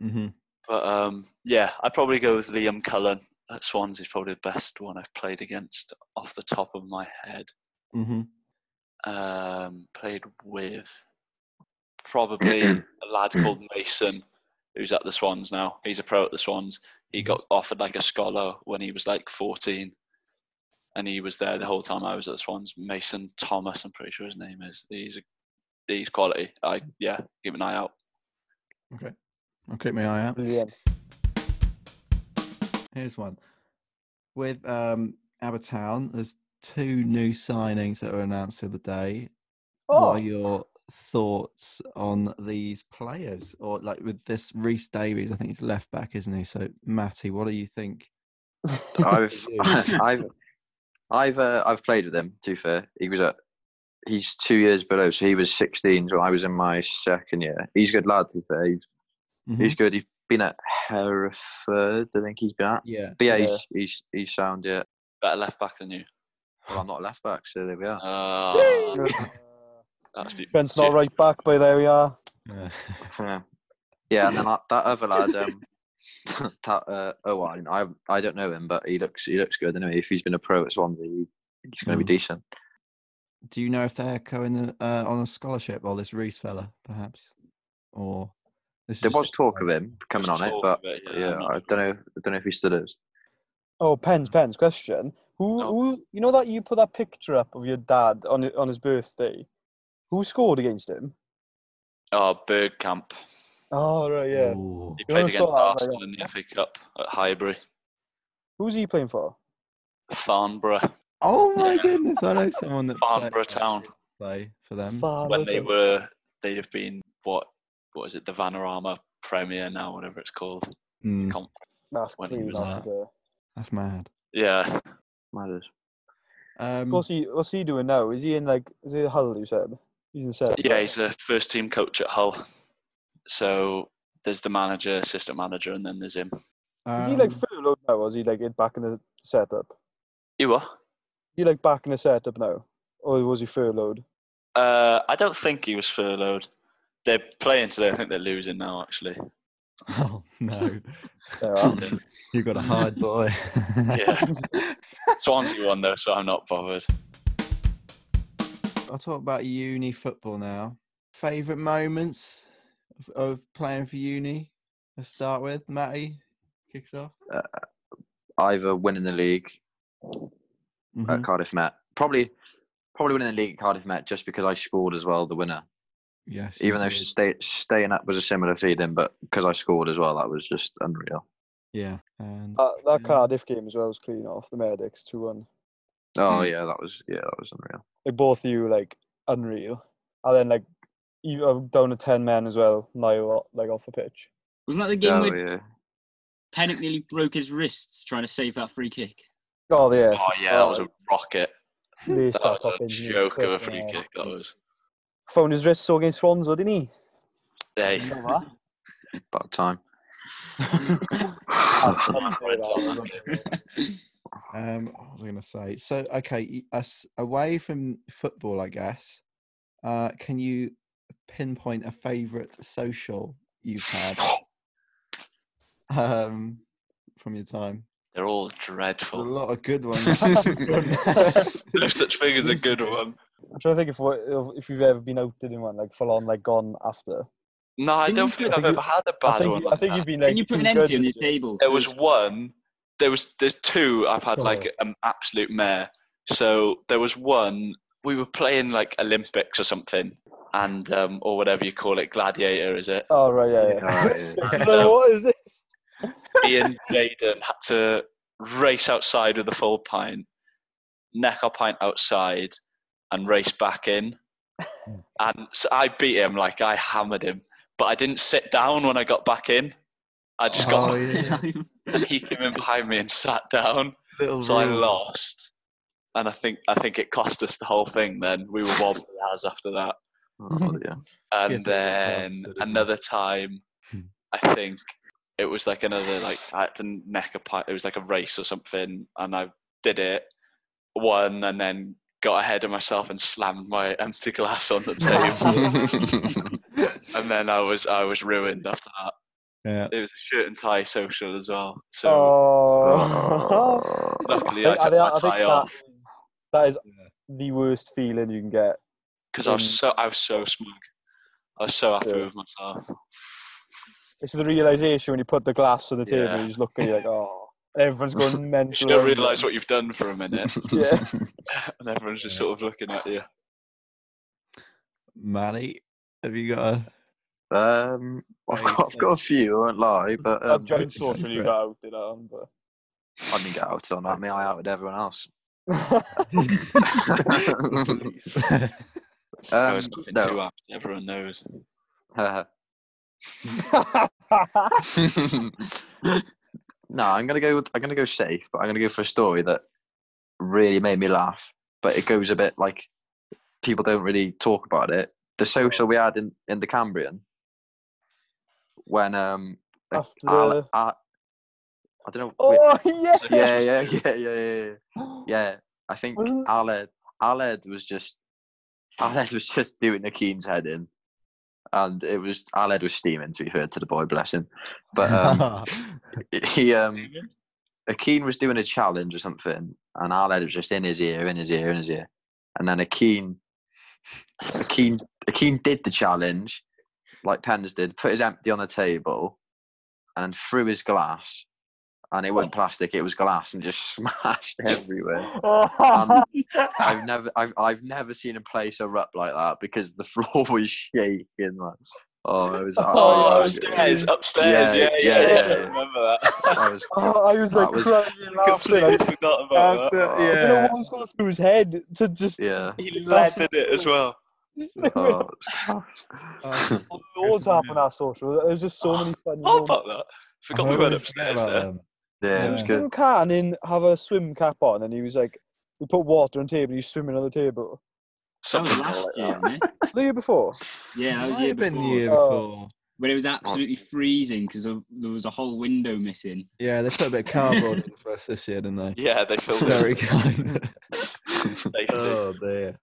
hmm But um, yeah, I'd probably go with Liam Cullen at Swans. He's probably the best one I've played against off the top of my head. hmm um, played with Mm-hmm. probably a lad called Mason, who's at the Swans now. He's a pro at the Swans. Mm-hmm. He got offered like a scholar when he was like 14, and he was there the whole time I was at the Swans. Mason Thomas, I'm pretty sure his name is. He's a, he's quality. I yeah, keep an eye out. Okay. I'll keep my eye out. Brilliant. Here's one. With um Abertown, there's two new signings that were announced the other day. Oh, What are your thoughts on these players? Or like with this Reese Davies, I think he's left back, isn't he? So Matty, what do you think? I've I've I've uh, I've played with him. To be fair, he was at he's two years below, so he was 16. So I was in my second year. He's a good lad. To be fair, he's, Mhm. he's good. He's been at Hereford, I think he's been at. Yeah. But yeah, Yeah. he's he's he's sound. Yeah, Better left back than you. well, I'm not a left back, so there we are. Uh, Uh, that's the, Ben's not right back, but there we are. Yeah. Yeah, yeah and then that, that other lad, um, that uh, oh, I, I I don't know him, but he looks he looks good. Anyway, if he's been a pro at Swansea, he- he's going to Mm. be decent. do you know if they're going uh, on a scholarship or this Reese fella, perhaps? Or this is There just was a- talk of him coming Just on it, talk but of it, yeah, yeah, I'm not I don't know. I don't know if he still is. Oh, Pens, Pens, question. Who, Oh. who, you know that you put that picture up of your dad on on his birthday. Who scored against him? oh, Bergkamp. Oh, right, yeah. Ooh. He You played wanna against sort out, like, Arsenal in the FA Cup at Highbury. Who's he playing for? Farnborough. Oh my goodness! I know someone that Farnborough played- Town. play for them. when they Farmington. were they'd have been what what is it the Vanarama Premier now whatever it's called Mm, Conf- That's when he clean was off there. there. that's mad. yeah Matters. Um, What's he, what's he doing now? Is he in like, is he Hull, you said? He's in seven. yeah he's a first team coach at Hull so there's the manager assistant manager and then there's him Is he like um, furloughed now, or is he like back in the setup? you are Is he like back in the setup now, or was he furloughed? uh, I don't think he was furloughed they're playing today I think they're losing now actually Oh no! There we are. You got a hard boy. yeah Swansea won though so I'm not bothered I'll talk about uni football now. Favorite moments of, of playing for uni. Let's start with Matty. Kicks off. Either winning the league Mhm. Uh, Mm-hmm. at Cardiff Met, probably probably winning the league at Cardiff Met just because I scored as well the winner. Yes. you Even though did. stay, staying up was a similar feeling, but because I scored as well, that was just unreal. yeah, Uh, and That, that Yeah. Cardiff game as well was clean off the medics two one. Oh Hmm. Mm. yeah, that was yeah, that was unreal. Like both of you like unreal, and then like you uh, down to ten men as well. Niall o- like off the pitch. Wasn't that the game Oh where yeah, Pennock nearly broke his wrists trying to save that free kick? Oh yeah, Oh yeah, that was a rocket. they That start was up a in the joke of a fucking free hell. kick. That was. Found his wrist so against Swansea, didn't he? Hey, about time. Oh, I'd say Went that on was that unreal. um, what was I going to say? So, okay, y- us away from football, I guess. Uh, can you pinpoint a favourite social you've had um, from your time? they're all A dreadful. lot of good ones. No such thing as a good one. I'm trying to think if what- if you've ever been outed in one, like full on, like gone after. No, I Didn't don't you think put- I've I think ever had a I bad think, one. you, I like think that. you've been like And you put too an good empty on this the year. table. There was one. There was there's two. I've had like an absolute mare. So there was one. We were playing like Olympics or something, and um, or whatever you call it, Gladiator, is it? Oh right, yeah. yeah. Oh, yeah. And, So um, what is this? me and Jaden had to race outside with a full pint, neck our pint outside, and race back in. Hmm. And so I beat him, like I hammered him, but I didn't sit down when I got back in. I just Oh, got, yeah. and he came in behind me and sat down, Little so I rule. lost. And I think I think it cost us the whole thing. Then we were wobbly as after that. Oh, yeah. Skip And it, that's then absolutely- another time, Hmm. I think it was like another like I had to neck a pint. It was like a race or something, and I did it, won, and then got ahead of myself and slammed my empty glass on the table. and then I was I was ruined after that. Yeah. It was a shirt and tie social as well. So Oh. Oh. uh, luckily I think- took think- my think tie that off is- That is Yeah. the worst feeling you can get. because I was um, so I was so smug. I was so happy Yeah. with myself. It's the realization when you put the glass on the table, Yeah. you just look and you're like, oh, everyone's going You mental. should have over it." realised what you've done for a minute, Yeah. and everyone's just Yeah. sort of looking at you. Manny, have you got a. Um, I've Right, got, I've got a few. I won't lie, but That um, joint go social you uh, for it. got outed on, but. I didn't get out on that. Me, I outed everyone else. The police. no, Um, it's nothing no. too apt. Everyone knows. no, I'm gonna go. With, I'm gonna go safe, but I'm gonna go for a story that really made me laugh. But it goes a bit like people don't really talk about it. The social we had in, in the Cambrian when um uh, After Al- Ah, the- Al- I don't know. wait- oh, yeah. yeah, yeah, yeah, yeah, yeah, yeah. Yeah, I think Wasn't- Aled Aled was just Aled was just doing the Keane's head in, and it was Aled was steaming to be fair to the boy, bless him. But um, he um, Akeen was doing a challenge or something, and Aled was just in his ear, in his ear, in his ear, and then Akeen Akeen Akeen did the challenge like Penn's did, put his empty on the table, and threw his glass. And it wasn't plastic; it was glass, and just smashed everywhere. Um, I've never, I've, I've never seen a place erupt like that because the floor was shaking. Like, oh, it was. Oh, Oh, yeah, upstairs, yeah. upstairs. Yeah, Yeah, yeah, yeah. yeah, yeah. I remember that. I was Oh, I was like That was- crying laughing. Completely I forgot about that. Oh, yeah. don't know what was going through his head to just. yeah. He led in it as well. Oh, Um, loads happened at social. There was just so many funny How moments. about Oh, that? Forgot we went upstairs there. yeah, it was Yeah. good. Didn't Cannon have a swim cap on and he was like, we put water on the table, he's swimming on the table. That was Something last like year, that. wasn't it? The year before. Yeah, that was Might year have been the before. year Oh. before. But it was absolutely freezing because there was a whole window missing. Yeah, they put a bit of cardboard in for us this year, didn't they? Yeah, they filmed Very it. kind. Safety. oh dear,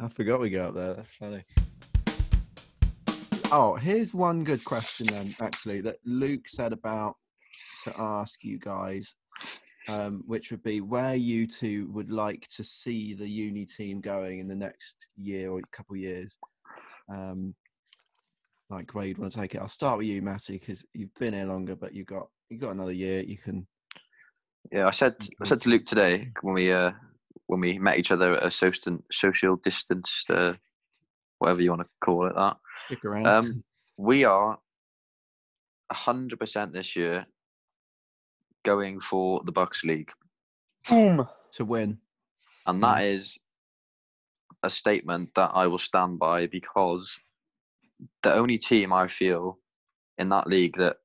I forgot we got up there. That's funny. Oh, here's one good question then. Actually, that Luke said about to ask you guys, um, which would be where you two would like to see the uni team going in the next year or couple years. Um, like where you'd want to take it. I'll start with you, Matty, because you've been here longer, but you've got you've got another year. You can Yeah, I said, I said to Luke today when we uh, when we met each other at a social, social distanced, uh, whatever you want to call it, that Stick around. um, we are 100% this year going for the Bucks League. Boom. to win. And that is a statement that I will stand by because the only team I feel in that league that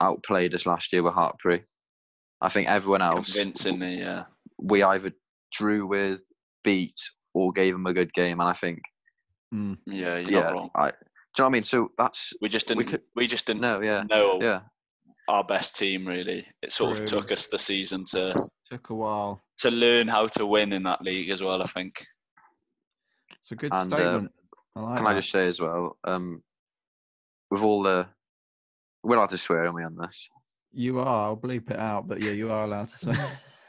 outplayed us last year were Hartbury. I think everyone else Convincingly, yeah. we either drew with, beat, or gave them a good game. And I think, Yeah, you're yeah, not wrong. I, do you know what I mean? So that's We just We didn't. We, could- just didn't no, yeah, know yeah. our best team really. It sort True. of took us the season to Took a while. to learn how to win in that league as well. I think. It's a good And, uh, statement. I like Can that. I just say as well, um, with all the, we're allowed to swear, aren't we, on this? You are. I'll bleep it out, but yeah, you are allowed to say.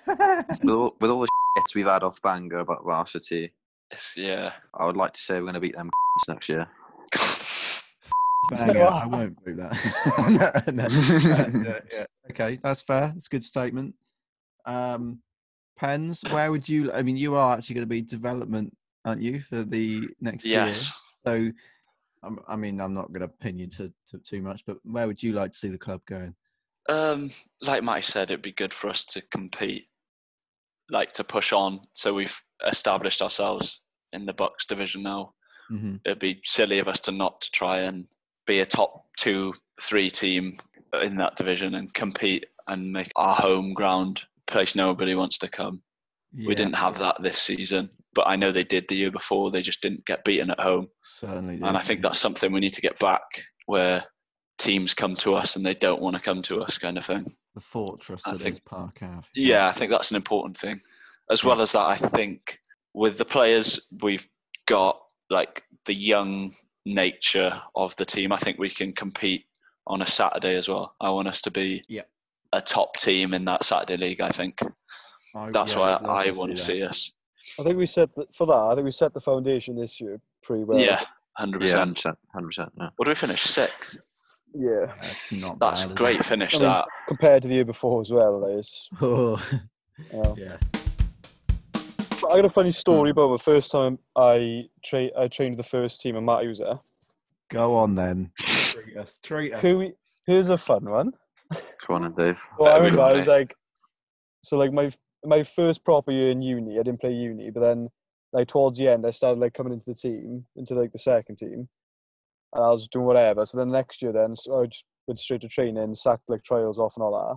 With all, with all the shits we've had off Bangor about varsity, It's, yeah. I would like to say we're going to beat them next year. Banger. I won't do that. No, no. And, uh, yeah. Okay, that's fair. It's a good statement. Um, Pens, where would you? I mean, you are actually going to be development, aren't you, for the next yes. year? So, I'm- I mean, I'm not going to pin you to, to too much, but where would you like to see the club going? Um, like Matty said, it'd be good for us to compete, like to push on. So we've established ourselves in the Bucks division now. hmm It'd be silly of us to not to try and be a top two, three team in that division and compete and make our home ground a place nobody wants to come. We didn't have that this season, but I know they did the year before. They just didn't get beaten at home. certainly. And I did. think that's something we need to get back where teams come to us and they don't want to come to us, kind of thing. the fortress I that is think- Park Ave. Yeah, I think that's an important thing. As well as that, I think with the players we've got, like the young nature of the team, I think we can compete on a Saturday as well. I want us to be Yeah. a top team in that Saturday league, I think. I- That's yeah, why I'd love I, see want to that. see us. I think we set the, for that. I think we set the foundation this year pretty well. yeah, 100%. Yeah, 100%. 100% yeah. What do we finish? Sixth? yeah. That's not That's bad, is it? great finish, I mean- that. Compared to the year before as well, like, it's. Oh, You know. yeah. But I got a funny story about the first time I tra- I trained with the first team and Matty was there. Go on then. treat us. Treat us. Who, here's a fun one. Come on, then, Dave. Well, I Better remember I was than like, so like my my first proper year in uni, I didn't play uni, but then like towards the end, I started like coming into the team, into like the second team, and I was doing whatever. So then next year, then so I just went straight to training, sacked like trials off and all that.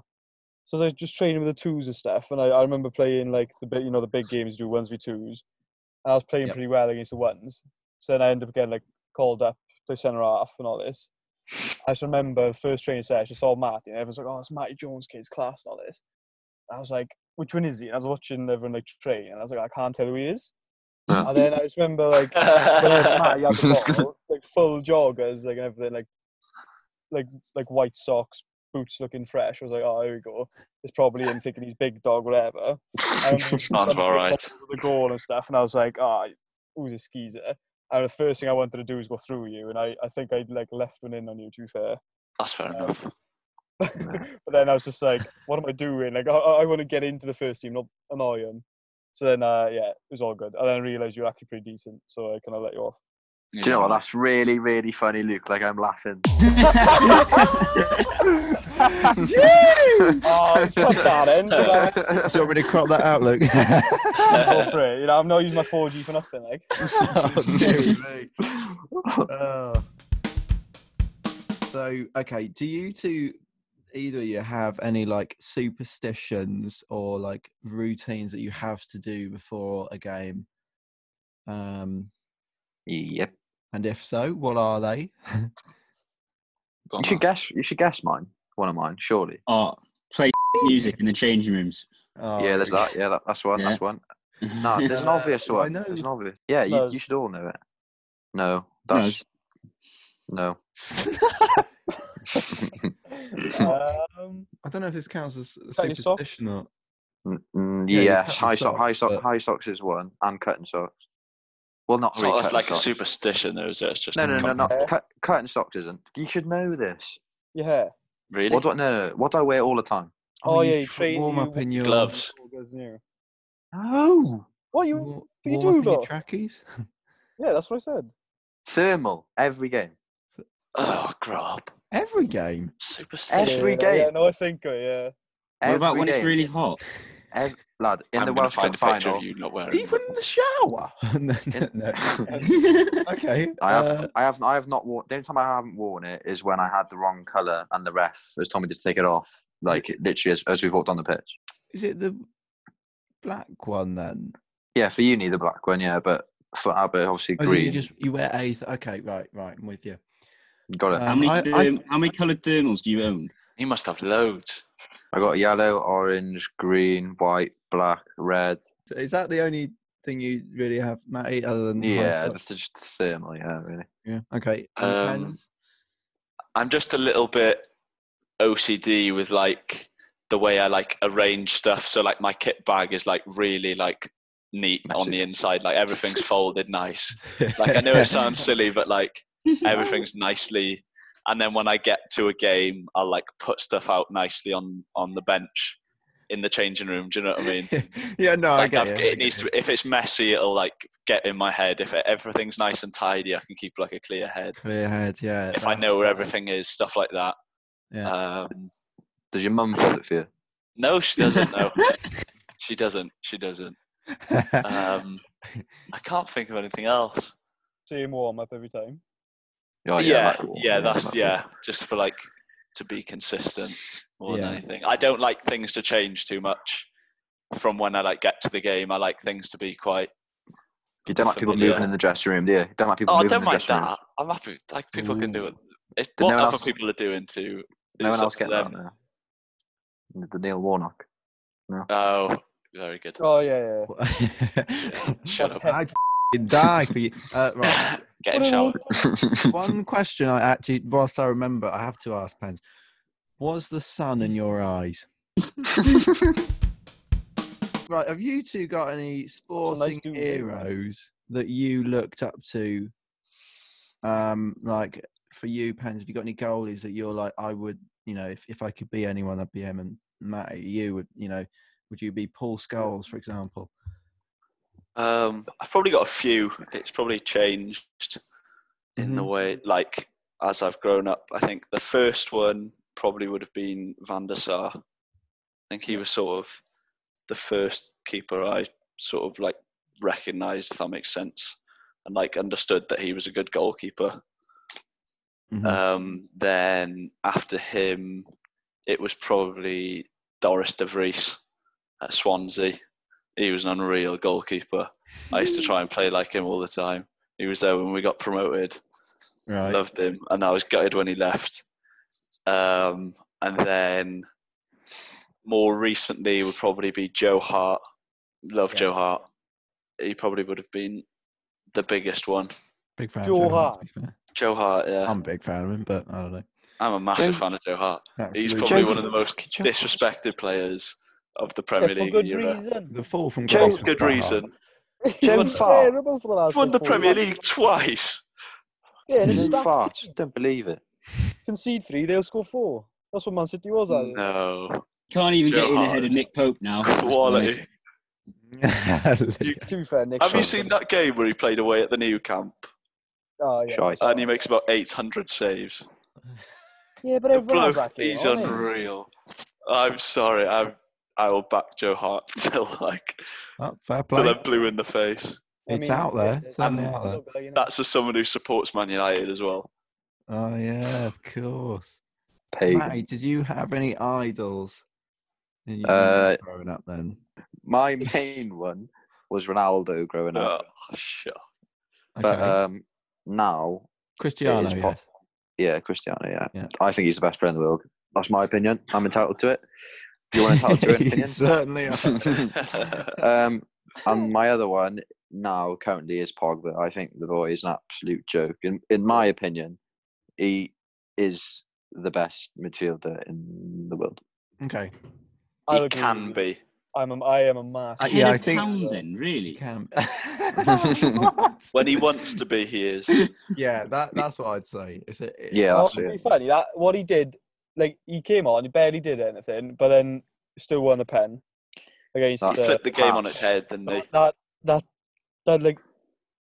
So I was like, just training with the twos and stuff, and I, I remember playing like the bit you know the big games you do ones v twos, and I was playing Yep. pretty well against the ones. So then I ended up getting like called up, play centre half and all this. I just remember the first training session, I saw Marty, and everyone's like, oh, it's Matty Jones' kid's class and all this. And I was like, which one is he? And I was watching everyone like train, and I was like, I can't tell who he is. Yeah. And then I just remember like, when Matty had the ball, like full joggers, like and everything, like, like like white socks, boots looking fresh. I was like, oh, here we go. It's probably him thinking he's big dog, whatever. I remember him Sounds jumping about right. over The goal and stuff, and I was like, ah, who's a skeezer? And the first thing I wanted to do was go through you, and I, I think I like left one in on you. To be fair, That's fair enough. but then I was just like, what am I doing? Like, I, I want to get into the first team, not annoy them. So then, uh, yeah, it was all good. And then I realised you're actually pretty decent, so I kind of let you off. Do you know what? That's really, really funny, Luke. Like, I'm laughing. Oh, cut that in. Like, Do you want me to crop that out, Luke? go for it. You know, I'm not using my 4G for nothing. Like, Oh, dearie me. Oh. So, okay, do you two, either of you, have any like superstitions or like routines that you have to do before a game? Um, yep. and if so, what are they? Go on, You should man. guess. You should guess mine. One of mine, surely. Oh, play music in the changing rooms. Oh, yeah, there's that. Yeah, that, that's one. Yeah. That's one. No, there's an Uh, obvious I one. know. There's an obvious. Yeah, you, Close. you should all know it. No, No, that's no. um, I don't know if this counts as a Cut your sock. superstition or. N- mm, Yeah, you cut yes, your high sock, high socks, but- sock, high socks is one, and cutting socks. Well, not It's really not that's cutting like a socks. superstition, though, is it? It's just No, no, no, common no. Yeah. Cut, cutting socks isn't. You should know this. yeah. Really? What do I, no, no, what do I wear all the time? Oh, yeah, you tr- train- warm you up in your gloves. Goes new. No. What you? War- but you warm do, up in your though. trackies? Yeah, that's what I said. Thermal every game. Oh, grow up. Every game. Superstition. Every yeah, Yeah, game. no, I think. uh, Yeah. What about Every when it's game. really hot? Ev- lad in I'm the gonna Welsh find Cup a picture final. of you not wearing Even one. in the shower. No, no, no. okay. I have, uh, I have, I have not worn. The only time I haven't worn it is when I had the wrong color, and the ref has told me to take it off. Like literally, as, as we walked on the pitch. is it the black one then? Yeah, for uni the black one, yeah, but for Abbott obviously Or is it you green. just you wear a? Th- okay, right, right. I'm with you. Got it. Um, how many I- I- therm- how many coloured thermals do you own? You must have loads. I got yellow, orange, green, white, black, red. So Is that the only thing you really have, Matty, other than high Yeah, five? that's just thermal. Yeah, really. yeah. Okay. and the Um, pens? I'm just a little bit OCD with like the way I like arrange stuff. So like my kit bag is like really like neat on Massive. the inside. Like everything's folded nice. Like I know it sounds silly, but like everything's nicely. And then when I get to a game, I'll like put stuff out nicely on on the bench in the changing room. Do you know what I mean? yeah, no, I Like get I've, you, I it get needs you. to. If it's messy, it'll like get in my head. If everything's nice and tidy, I can keep like a clear head. Clear head, yeah. If I that's- know where everything is, stuff like that. Yeah. Um, Does your mum fold it for you? no, she doesn't. No, she doesn't. She doesn't. Um, I can't think of anything else. See him warm up every time. Oh, yeah, that- yeah, that's that- yeah. Just for like to be consistent more Yeah. than anything. I don't like things to change too much from when I like get to the game. I like things to be quite. You don't like people familiar. moving in the dressing room, do you? You don't like people Oh, I moving don't in the mind dressing room. that. I'm happy. with- Like people can do it. It's Did what no one other else- people are doing too. No is one up else to get them. that. No. The the Neil Warnock. Oh, very good. Oh yeah, yeah. Shut up. I'd f***ing die for you. Uh, right. Getting showered. One question I actually, whilst I remember, I have to ask, Pens. Was the sun in your eyes? Right. Have you two got any sporting dude. heroes that you looked up to? Um, like for you, Pens, have you got any goalies that you're like, I would, you know, if, if I could be anyone, I'd be him. And Matty, you would, you know, would you be Paul Scholes, for example? Um, I've probably got a few. It's probably changed in the way, like as I've grown up. I think the first one probably would have been Van der Sar. I think he was sort of the first keeper I sort of like recognised, if that makes sense, and like understood that he was a good goalkeeper. Mhm. Um, then after him, it was probably Doris De Vries at Swansea. He was an unreal goalkeeper. I used to try and play like him all the time. He was there when we got promoted. Right. Loved him, and I was gutted when he left. Um, and then more recently would probably be Joe Hart. Love Yeah. Joe Hart. He probably would have been the biggest one. Big fan. of Joe Joe Hart, to be fair. Joe Hart, yeah. I'm a big fan of him, but I don't know. I'm a massive Joe- fan of Joe Hart. He's Absolute- probably one of the most disrespected players of the Yeah, Premier for League good era. reason. the fall from Joe- grace. For was good quite hard. reason. He's Joe been Farr. terrible for the last. He's won the like, four Premier years. League twice. Yeah, and it's Joe stacked. Fart. Don't believe it. Concede three, they'll score four. That's what Man City was at. Mm, No. Can't even Joe get in ahead Hart. of Nick Pope now. That's the Quality. worst. To be fair, Nick. Have you Pope- seen that game where he played away at the new camp Oh, yeah. Shite. and he makes about 800 saves? Yeah, but The everyone has bloke, that game. he's aren't they? unreal. I'm sorry. I'm, I will back Joe Hart till like Oh, fair play. till I'm blue in the face. I It's mean, out yeah, there. it's- Certainly it's out there. local, you know. That's as someone who supports Man United as well. Oh yeah, of course. Pagan. Matty, did you have any idols? in your Uh, growing up then. My main one was Ronaldo growing Oh, up, shit. Okay. but um, now Cristiano, it is yes. pop- yeah, Cristiano, yeah. Yeah. I think he's the best player in the world. That's my opinion. I'm entitled to it. You want entitled to your own You opinion? certainly are. um, and my other one now currently is Pogba. I think the boy is an absolute joke. In in my opinion, he is the best midfielder in the world. okay. I he look at can you. be. I'm a, I am a mass. Uh, Ahead yeah, of I think- Townsend, You really. can. What? When he wants to be, he is. Yeah, that, that's what I'd say. Is it, it- Yeah, Oh, that's to be it. funny, that what he did, like he came on, he barely did anything, but then still won the pen against. That He Uh, flipped the game on pass. its head, didn't he? that that that like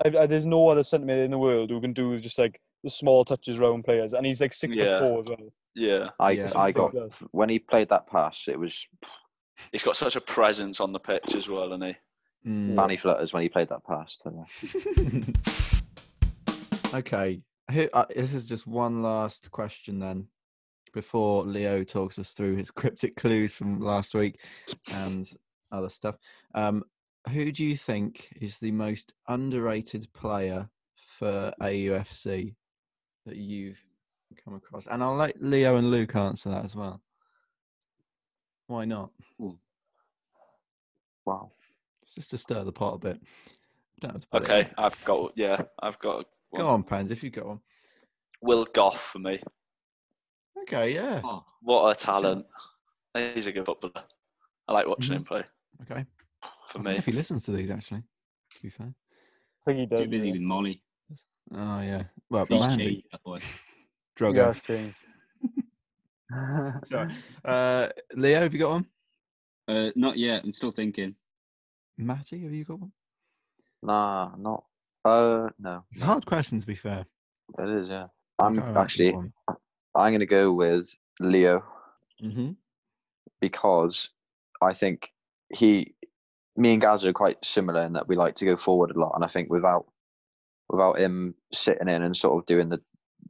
I, I, there's no other centre mid in the world who can do just like the small touches round players, and he's like six Yeah. foot four as well. Yeah, I Yeah. I got Ridiculous. when he played that pass, it was he's got such a presence on the pitch as well, and he. Mm. Manny flutters when he played that pass. didn't he? okay. Who, uh, this is just one last question then before Leo talks us through his cryptic clues from last week and other stuff. Um, who do you think is the most underrated player for AUFC that you've come across? And I'll let Leo and Luke answer that as well. Why not? Wow. Just to stir the pot a bit. Don't have to put it in. Okay, I've got yeah, I've got Go on, Pans, if you go on. Will Goff for me. Okay, yeah. Oh, What a talent! He's a good footballer. I like watching Mhm. him play. Okay. For I don't know me, if he listens to these actually. To be fair. I think he does. too busy yeah. with Molly. Oh yeah. Well, He's Mandy, changed, that boy. drug Yeah, her. it's changed. Sorry. Uh, Leo, have you got one? Uh, not yet. I'm still thinking. Matty, have you got one? Nah, not. Uh, no, It's a hard question to be fair. that is yeah. I I'm can't remember actually. one. I'm gonna go with Leo Mhm. because I think he, me and Gaz are quite similar in that we like to go forward a lot, and I think without without him sitting in and sort of doing the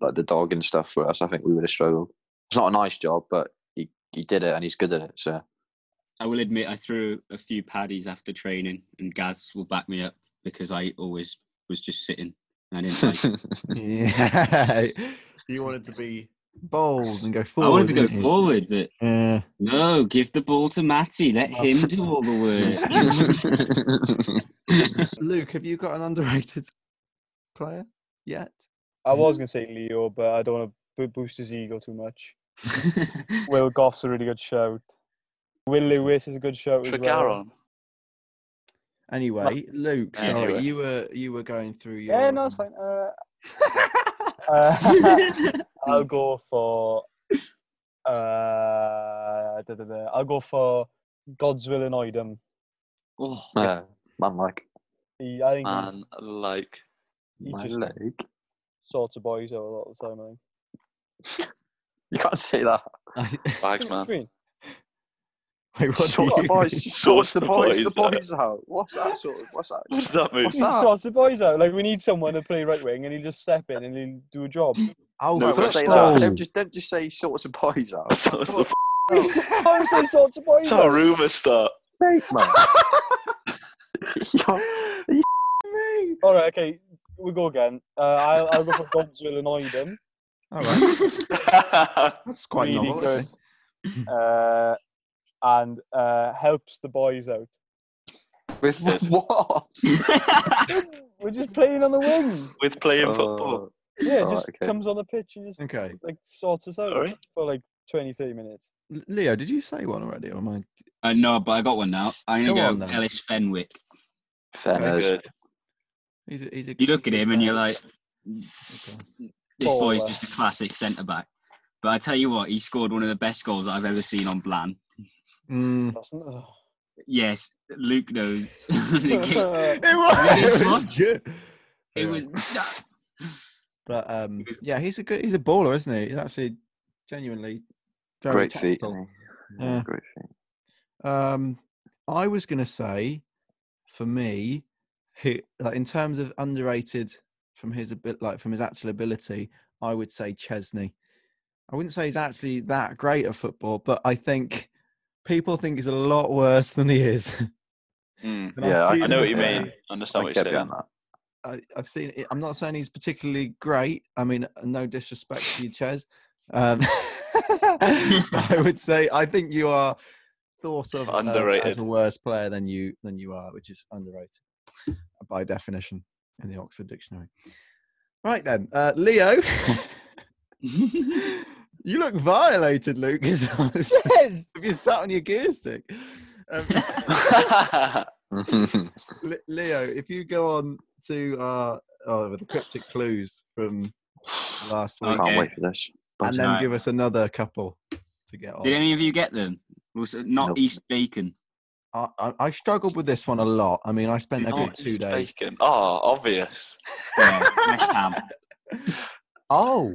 like the dog and stuff for us, I think we would have struggled. It's not a nice job, but he he did it and he's good at it. So I will admit I threw a few paddies after training, and Gaz will back me up because I always was just sitting. And I didn't like. it. Yeah. you wanted to be bold and go I forward. wanted to go didn't you? forward, but Yeah. no, give the ball to Matty. Let Oh. him do all the work. Luke, have you got an underrated player yet? I was gonna say Leo, but I don't want to boost his ego too much. Will Goff's a really good shout. Will Lewis is a good shout. as well. Tregaron. Anyway, Luke, sorry, Anyway. you were you were going through your Yeah, no, it's um, fine. Uh, uh, I'll go for. Uh, da, da, da. I'll go for God's will and Oidem. oh, yeah, man, Uh, like He, I think he's, Um, Man, like he my just leg. sorts of boys out a lot of the time. I think. You can't say that. bags, What man. do you mean? Wait, what Sort do the you boys, mean? sort Sorts the the boys, the boys boys out. out. What's that sort of? What's that? What does that mean? What do What's you mean that? sorts of boys out. Like we need someone to play right wing, and he'll just step in and he'll do a job. Oh, No, No, but don't say balls. that. Don't just, don't just say sorts of boys out. Sorts the No, How is there sorts of boys That's how out? rumours start. mate, man. You're- All right, okay, we'll go again. Uh, I'll, I'll go for God's will and Oidem. All right, I that's quite really novel. good. actually. Uh, and uh, helps the boys out. With what? We're just playing on the wing. with playing football. Oh, Yeah, Alright, just okay. comes on the pitch and just Okay, like sorts us out Sorry. for like 20, 30 minutes. L- Leo, did you say one already? Or am I? Uh, no, but I got one now. I'm Go gonna on go then. Ellis Fenwick. Fairness. Good. He's a, he's a You look at good him and you're player. like, Okay. this Baller. boy's just a classic centre back. But I tell you what, he scored one of the best goals I've ever seen on Blan. Mm. That's n- ugh. Yes, Luke knows. The game- It was, It was good. it Anyway, was nuts. but um, it was- yeah, he's a good, he's a baller, isn't he? He's actually genuinely very Great feat. tactical. Yeah, Yeah. Great feat. Um, I was gonna say, for me, who like in terms of underrated from his bit like from his actual ability, I would say Chesney. I wouldn't say he's actually that great at football, but I think people think he's a lot worse than he is. Mm. And I've Yeah, I seen I know him what you play- mean. I understand I what get you're saying. behind that. I, I've seen it. I'm not saying he's particularly great. I mean, no disrespect to you, Ches. Um, I would say I think you are thought of uh, as Underrated. a worse player than you than you are, which is underrated by definition in the Oxford Dictionary. Right then, uh, Leo, you look violated, Luke. Yes, have you sat on your gear stick? Um, Le- Leo, if you go on to our oh, the cryptic clues from last week, Can't Okay. wait for this. and then Right. give us another couple to get on. Did any of you get them? Was it not Nope. East Bacon? I, I, I struggled with this one a lot. I mean, I spent a Oh, good two it's days. Bacon. Oh, obvious. Yeah, West Ham. Oh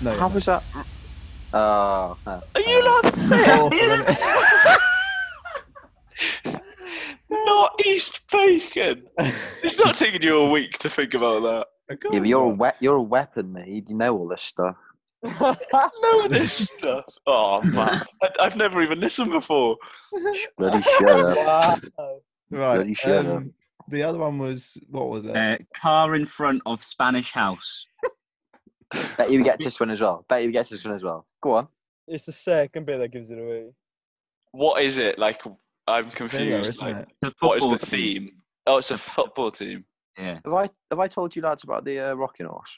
no! How no. was that? Oh, no. Are you not Awful, thick? isn't it? not East Bacon. It's not taking you a week to think about that. I can't Yeah, but you're a remember. we- you're a weapon, mate. You know all this stuff. Know this stuff. Oh man, I, I've never even listened before. Sh- Bloody shut up. wow. Bloody right. shit, Um, the other one was what was it? Uh, car in front of Spanish House. Bet you gets this one as well. Bet you gets this one as well. Go on. It's the second bit that gives it away. What is it like? I'm Villa, confused. isn't Like, it? The what is football the theme? Oh, it's a football team. Yeah. Have I have I told you lads about the uh, rocking horse?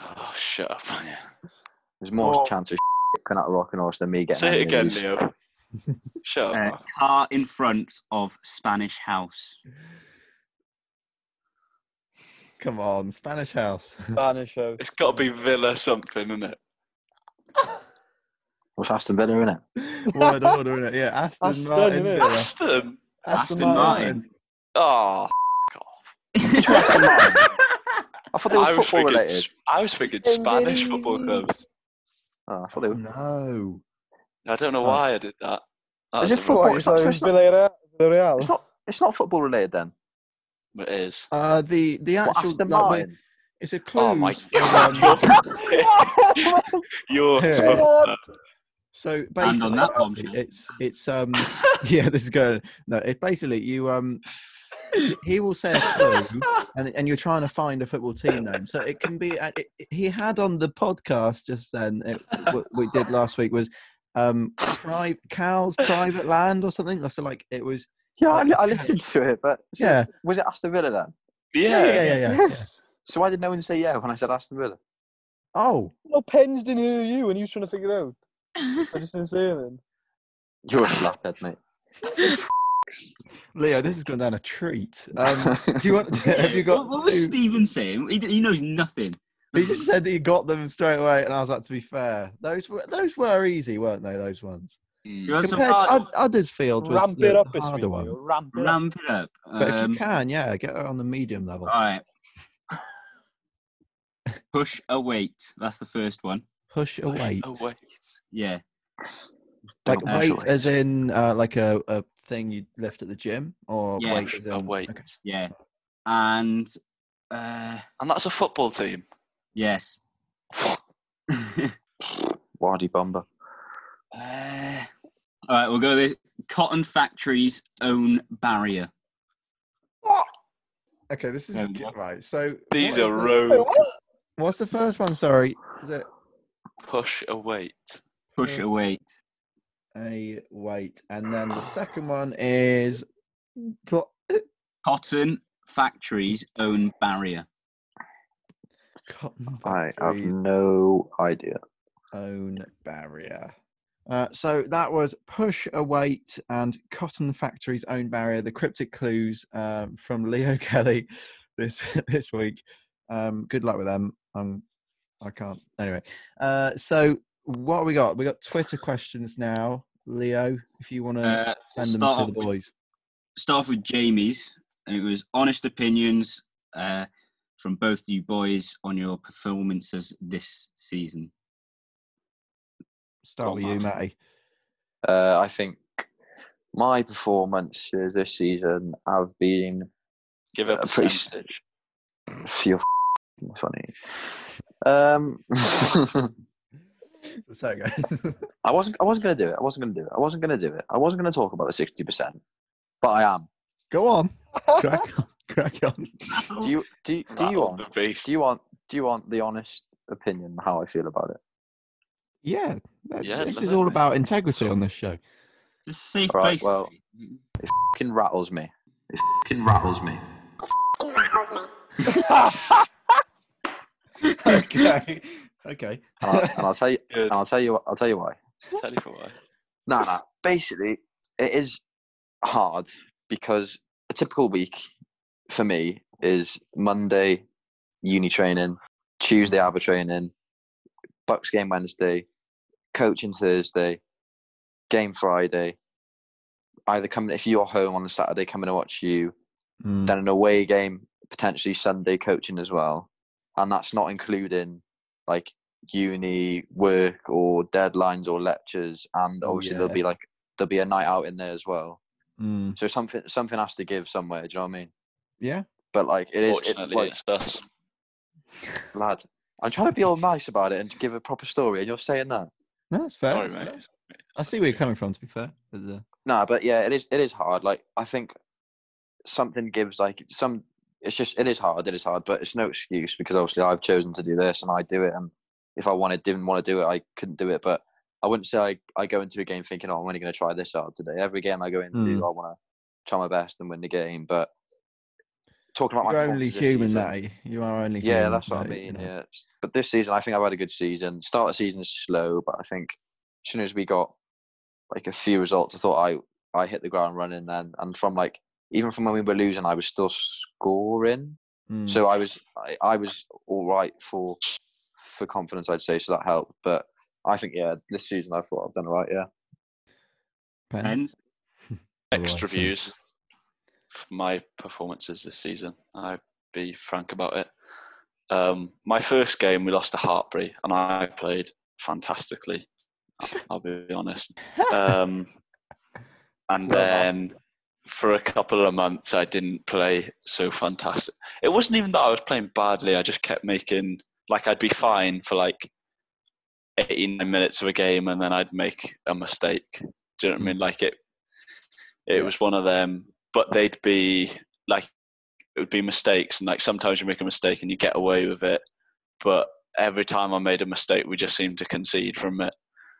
Oh, shut up. man. There's more Oh. chance of coming out of rocking horse than me getting. Say it any of again, these. Leo. Shut up. Uh, man. car in front of Spanish House. Come on, Spanish House. Spanish show. It's got to be Villa something, isn't it? What's Aston Villa in it? Word order, innit? Yeah, Aston, Aston, Martin. innit? Villa. Aston. Aston Martin. Oh, f- off. I thought they were I was football thinking. related. s- I was thinking Spanish football clubs. Oh, I thought they were. No. I don't know Oh. why I did that. That Is was it a real- football? It's not, so it's, not, Villarreal. Villarreal. it's not. It's not football related then. It is. Uh, the the actual What Aston like, where- Martin? it's a clue. Oh my god. Oh You're Yeah. terrible. So basically, And on that one. it's it's um yeah, this is going. No, it's basically you um he will say a clue, and and you're trying to find a football team name. So it can be. uh, It, it- he had on the podcast just then it, what we did last week was um pri- cows private land or something. So like it was Yeah, I, I listened to it, but so Yeah. was it Aston Villa then? Yeah. yeah yeah yeah. Yes. So why did no one say yeah when I said Aston Villa? Oh, No, Penn's didn't hear you, and he was trying to figure it out. I just didn't say anything. You're a slaphead, mate. Leo, this has gone down a treat. Um, do you want? Have you got? what, what was two- Steven saying? He, d- he knows nothing. He just said that he got them straight away, and I was like, to be fair, those were those were easy, weren't they? Those ones You Mm. want some compared to hard- Ud- Uddersfield was Ramp the it up the this week. harder one. Leo, Ramp it up. ramp it up. But if you Um, uh, can, yeah, get her on the medium level. all right. Push a weight. That's the first one. Push a weight, Oh, wait. Yeah. like Don't weight push as in uh, like a, a thing you lift at the gym, or Yeah. weight as in Oh, wait. okay. Yeah. And uh, And that's a football team. yes. Wardy bomber. Uh, all right, we'll go with Cotton Factory's own barrier. Okay, this is There we good. go. right. So These what are is the- road What's the first one? Sorry, is it push oh, a weight. Push Yeah. a weight. a weight, and then the second one is co- Cotton Factory's own barrier. cotton I have factory no idea. own barrier. Uh, so that was push a weight and cotton factory's own barrier. The cryptic clues um, from Leo Kelly this this week. Um, good luck with them. Um, I can't. Anyway, uh, so what have we got? We got Twitter questions now. Leo, if you want to Uh, send them start to off the with- boys. start off with Jamie's, and it was honest opinions uh, from both you boys on your performances this season. Start on, with you, Matt. Matty. Uh, I think my performances this season have been Give up Uh, a pretty s- percentage. few funny. Um, So go. I wasn't. I wasn't gonna do it. I wasn't gonna do it. I wasn't gonna do it. I wasn't gonna talk about the sixty percent, but I am. go on. Crack on. Crack on. Do you? Do, you- do you Rattle want? the beast. Do you want? Do you want the honest opinion how I feel about it? Yeah. that- Yeah, this love is it, all mate. about integrity on this show. It's a safe Right, place. to well- be. It fucking rattles me. It fucking rattles me. okay. Okay. And, I, and I'll tell you. Good. And I'll tell you. I'll tell you why. Tell you for why. No, no. Basically, it is hard because a typical week for me is Monday, uni training, Tuesday, ABBA training, Bucks game Wednesday, coaching Thursday, game Friday, either coming if you're home on a Saturday coming to watch you, Mm. then an away game potentially Sunday coaching as well, and that's not including like uni work or deadlines or lectures, and Oh, obviously there'll yeah. be like there'll be a night out in there as well. Mm. So something something has to give somewhere. Do you know what I mean? Yeah. But like it is, it, Fortunately, like, it's us. lad. I'm trying to be all nice about it and give a proper story, and you're saying that. No, that's fair. that's Sorry, fair. mate. I see where you're coming from. To be fair, But, uh, No, but yeah, it is. It is hard. Like I think something gives like some. It's just it is hard. It is hard, but it's no excuse because obviously I've chosen to do this and I do it. And if I wanted didn't want to do it, I couldn't do it. But I wouldn't say I, I go into a game thinking, oh, I'm only going to try this hard today. Every game I go into, Mm. I want to try my best and win the game. But talking about you're my only performances this human, season- Matty. You are only human. yeah, that's what I mate, mean. you know. Yeah, It's- but this season I think I've had a good season. Start of the season is slow, but I think as soon as we got like a few results, I thought I I hit the ground running then. And from like even from when we were losing, I was still scoring, Mm. so I was I, I was all right for for confidence, I'd say. So that helped. But I think yeah, this season I thought I've done all right. Yeah, Pens. Mixed Otherwise, um, reviews for my performances this season. I'll be frank about it. Um, my first game, we lost to Hartbury, and I played fantastically. I'll be honest. Um, and Well then for a couple of months, I didn't play so fantastic. It wasn't even that I was playing badly. I just kept making like I'd be fine for like 89 minutes of a game, and then I'd make a mistake. Do you know what I Hmm. mean? Like it, it Yeah. was one of them. But they'd be like it would be mistakes, and like sometimes you make a mistake and you get away with it, but every time I made a mistake, we just seemed to concede from it.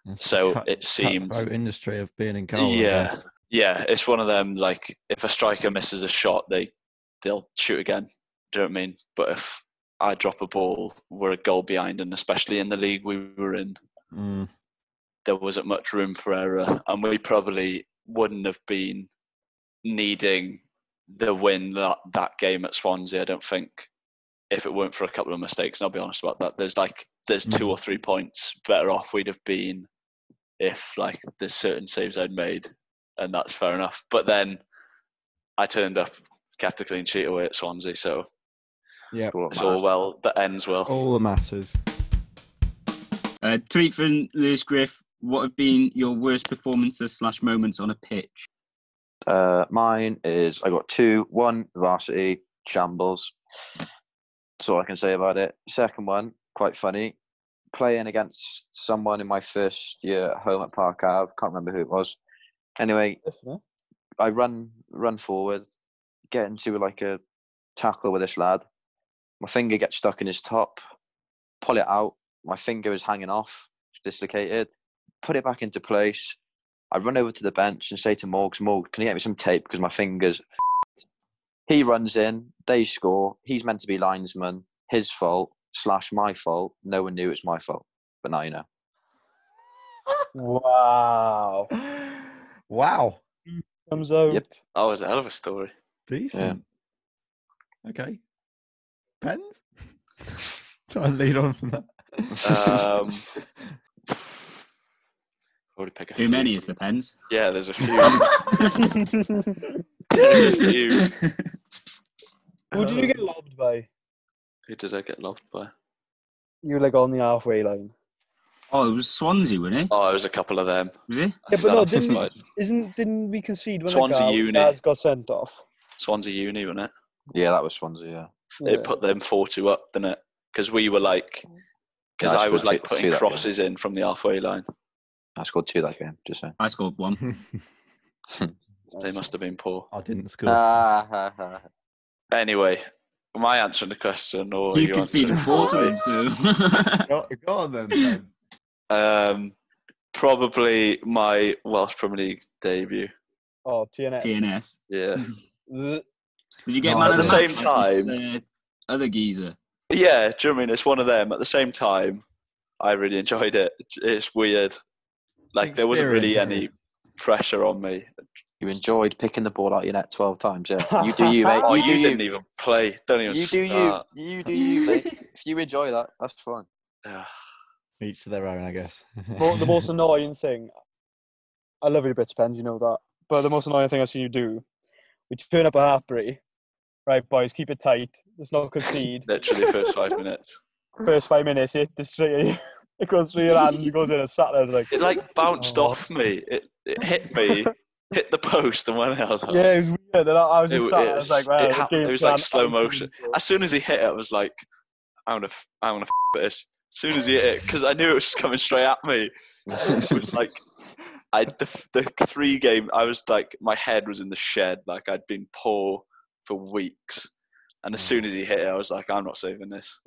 it's a So cut- it seemed cutthroat industry of being in goal. I yeah, guess. yeah. It's one of them. Like if a striker misses a shot, they they'll shoot again. Do you know what I mean? But if I drop a ball, we're a goal behind, and especially in the league we were in, Mm. there wasn't much room for error, and we probably wouldn't have been needing the win that that game at Swansea. I don't think if it weren't for a couple of mistakes, and I'll be honest about that. There's like there's two Mm. or three points better off we'd have been if like there's certain saves I'd made, and that's fair enough. But then I turned up, kept a clean sheet away at Swansea, so Yeah. all that it's all matters. well that ends well. All that matters. Uh, tweet from Lewis Griff. What have been your worst performances slash moments on a pitch? Uh, mine is I got two. One varsity shambles. That's all I can say about it. Second one, quite funny. Playing against someone in my first year at home at Park Ave. Can't remember who it was. Anyway, Definitely. I run run forward, get into like a tackle with this lad. My finger gets stuck in his top. Pull it out. My finger is hanging off, it's dislocated. Put it back into place. I run over to the bench and say to Morgs, Morgs, can you get me some tape because my fingers. f***ed." He runs in. They score. He's meant to be linesman. His fault slash my fault. No one knew it's my fault, but now you know. Wow. wow. Comes out. Yep. That Oh, was a hell of a story. Decent. Okay. Pens? Try and lead on from that. Um, already pick a Too few. many is the pens. Yeah, there's a few. there's a few. Who did you get lobbed by? Who did I get loved by? You were like on the halfway line. oh, it was Swansea, wasn't it? Oh, it was a couple of them. Was it? Yeah, but no, That's didn't we, right. isn't didn't we concede when Swansea Swansea uni. Gaz got sent off? Swansea Uni, wasn't it? Yeah, that was Swansea. Yeah. It put them 4 2 up, didn't it? Because we were like, because Yeah, I I was scored like two- putting two that game. crosses in from the halfway line. I scored two that game. Just saying. I scored one. They must have been poor. I didn't score. Ah, ha, ha. Anyway, am I answering the question or are you you conceded answering? four times, so. go, go on then. Ben. Um, probably my Welsh Premier League debut. Oh, TNS. TNS. Yeah, Th- Did you get No, man at of the, the same match like this, time- uh, other geezer. yeah. Do you know what I mean? It's one of them. At the same time, I really enjoyed it. It's- It's weird. Like there wasn't really Experience, any isn't pressure on me. You enjoyed picking the ball out your net twelve times. Yeah. You do you, mate. Oh, you, you, do didn't even play. Don't even You do you. start. You do you, mate. If you enjoy that, that's fine. Ugh. Each to their own, I guess. mo- the most annoying thing. I love your bits, Pens. You know that. but the most annoying thing I've seen you do, we turn up a Harpery. Right, boys, keep it tight. Let's not concede. Literally first five minutes. First five minutes, it just straight. It goes through your hands. It goes in a sat there. It's like It like bounced Oh. off me. It, it hit me, hit the post, and went out. yeah, it was weird. And I, I was just It sat. there, I was- was like, wow, it the happened- it game's was like gone slow motion. unbelievable. As soon as he hit it, I was like, I'm gonna, f- I'm gonna f- this. As soon as he hit it, because I knew it was coming straight at me. It was like, I the, f- the three game. I was like, my head was in the shed. Like I'd been poor for weeks, and Hmm. as soon as he hit it, I was like, I'm not saving this.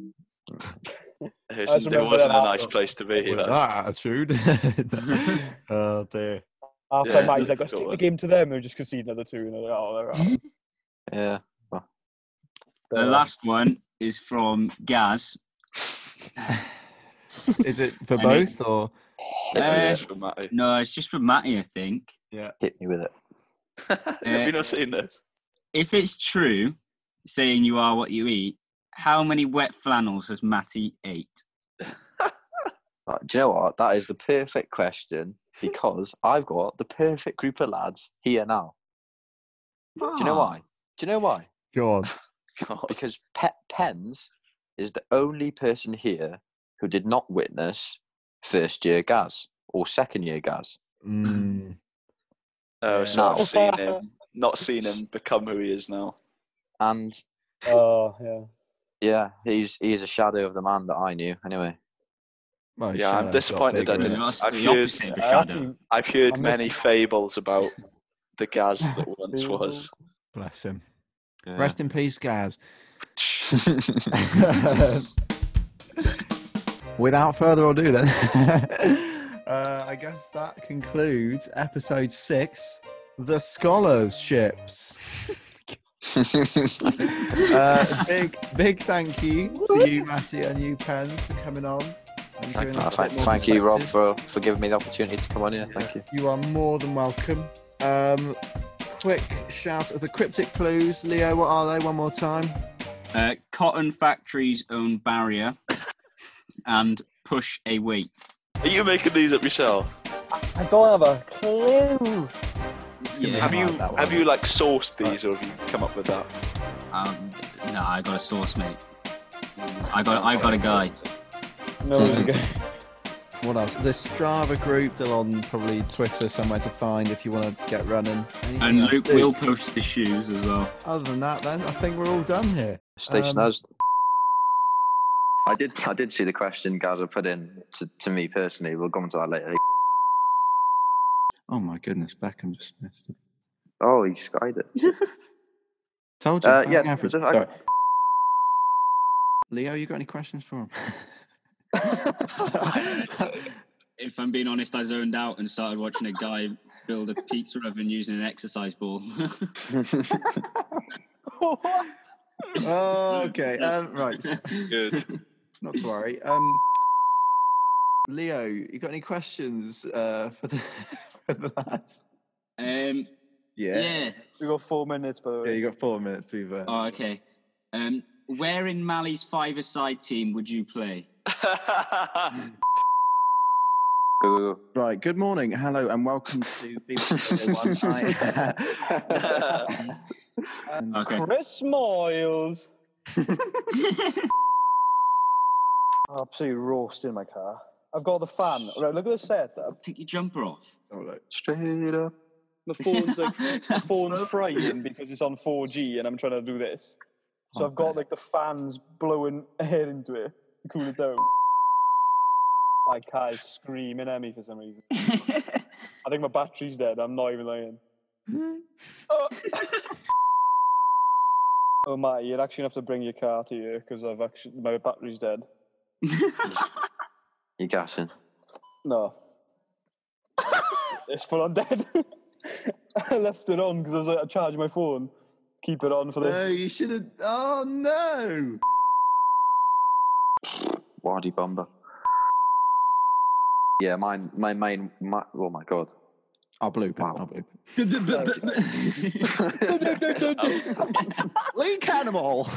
It just wasn't, it remember wasn't that a nice after- place to be. With Like, that attitude. oh dear. After Yeah, that, he's like, that's let's a good take the one. game to them. And we just concede another two. And they're like, oh, they're out. yeah. The last one is from Gaz. Is it for I mean- both or? it was Uh, just for Matty. No, it's just for Matty, I think. Hit me with it. Have you not seen this? If it's true, saying you are what you eat, how many wet flannels has Matty ate? Uh, do you know what? That is the perfect question because I've got the perfect group of lads here now. Do you know Ah. why? Do you know why? Go on. God. Because Pe- Pens is the only person here who did not witness first year Gaz or second year Gaz. Mm. Oh, so No. I've seen him, not seen him become who he is now. And Oh, yeah. yeah, he's he's a shadow of the man that I knew anyway. Well, Yeah, I'm Shadow's got disappointed I bigger didn't. ears. uh, That's I've the heard, opposite of a I shadow. actually- I've heard I miss- many fables about the Gaz that once was. Bless him. Rest in peace, Gaz. Without further ado, then, uh, I guess that concludes episode six The Scholarships. uh, big, big thank you to you, Matty, and you, Pens, for coming on. and Thank, giving us a thank- bit more thank you, Rob, perspective. for, for giving me the opportunity to come on here. Thank you. You are more than welcome. Um, quick shout of the cryptic clues. Leo, what are they? One more time. Uh, cotton factory's own barrier and push a weight. Are you making these up yourself? I don't have a clue. gonna Yeah. Have you like that one. have you like sourced these, or have you come up with that? Um, no, I got a source, mate. I got, I got a guide. No, it was a guy. What else? The Strava group, they're on probably Twitter somewhere to find if you want to get running. Anything And else? Luke will post the shoes as well. Other than that, then I think we're all done here. Stay Um, snuzzed. I did I did see the question Gaza put in to, to me personally. We'll come to that later. Oh my goodness, Beckham just missed it. Oh, he skied it. Told you. Uh, bang yeah, average. but I- Sorry. Leo, you got any questions for him? If I'm being honest, I zoned out and started watching a guy build a pizza oven using an exercise ball. oh, okay. Um, right. Good. Not to worry. Um, Leo, you got any questions uh, for the for the lads? Um, yeah. We got four minutes, by the Yeah, way. you got four minutes uh, to be fair. Oh, okay. Um, where in Mali's five-a-side team would you play? Go, go, go. Right. Good morning. Hello, and welcome to BBC One. I- Um, Okay. Chris Miles. Absolutely roasting my car. I've got the fan. Right, look at the setup. Take your jumper off. all right. Straight up. The phone's like the phone's frying because it's on 4G and I'm trying to do this. So I've got like the fans blowing air into it to cool it down. My car is screaming at me for some reason. I think my battery's dead. I'm not even lying. oh. oh, Matty, you're actually gonna have to bring your car to you because I've actually my battery's dead. You're gassing. No, it's full on dead. I left it on because I was like, I charged my phone. Keep it on for No, this. you should have. Oh no! Wadi bomber. Yeah, mine, my main, my, oh my god. I'll bloop. it, Wow. I'll bloop. it. Link animal.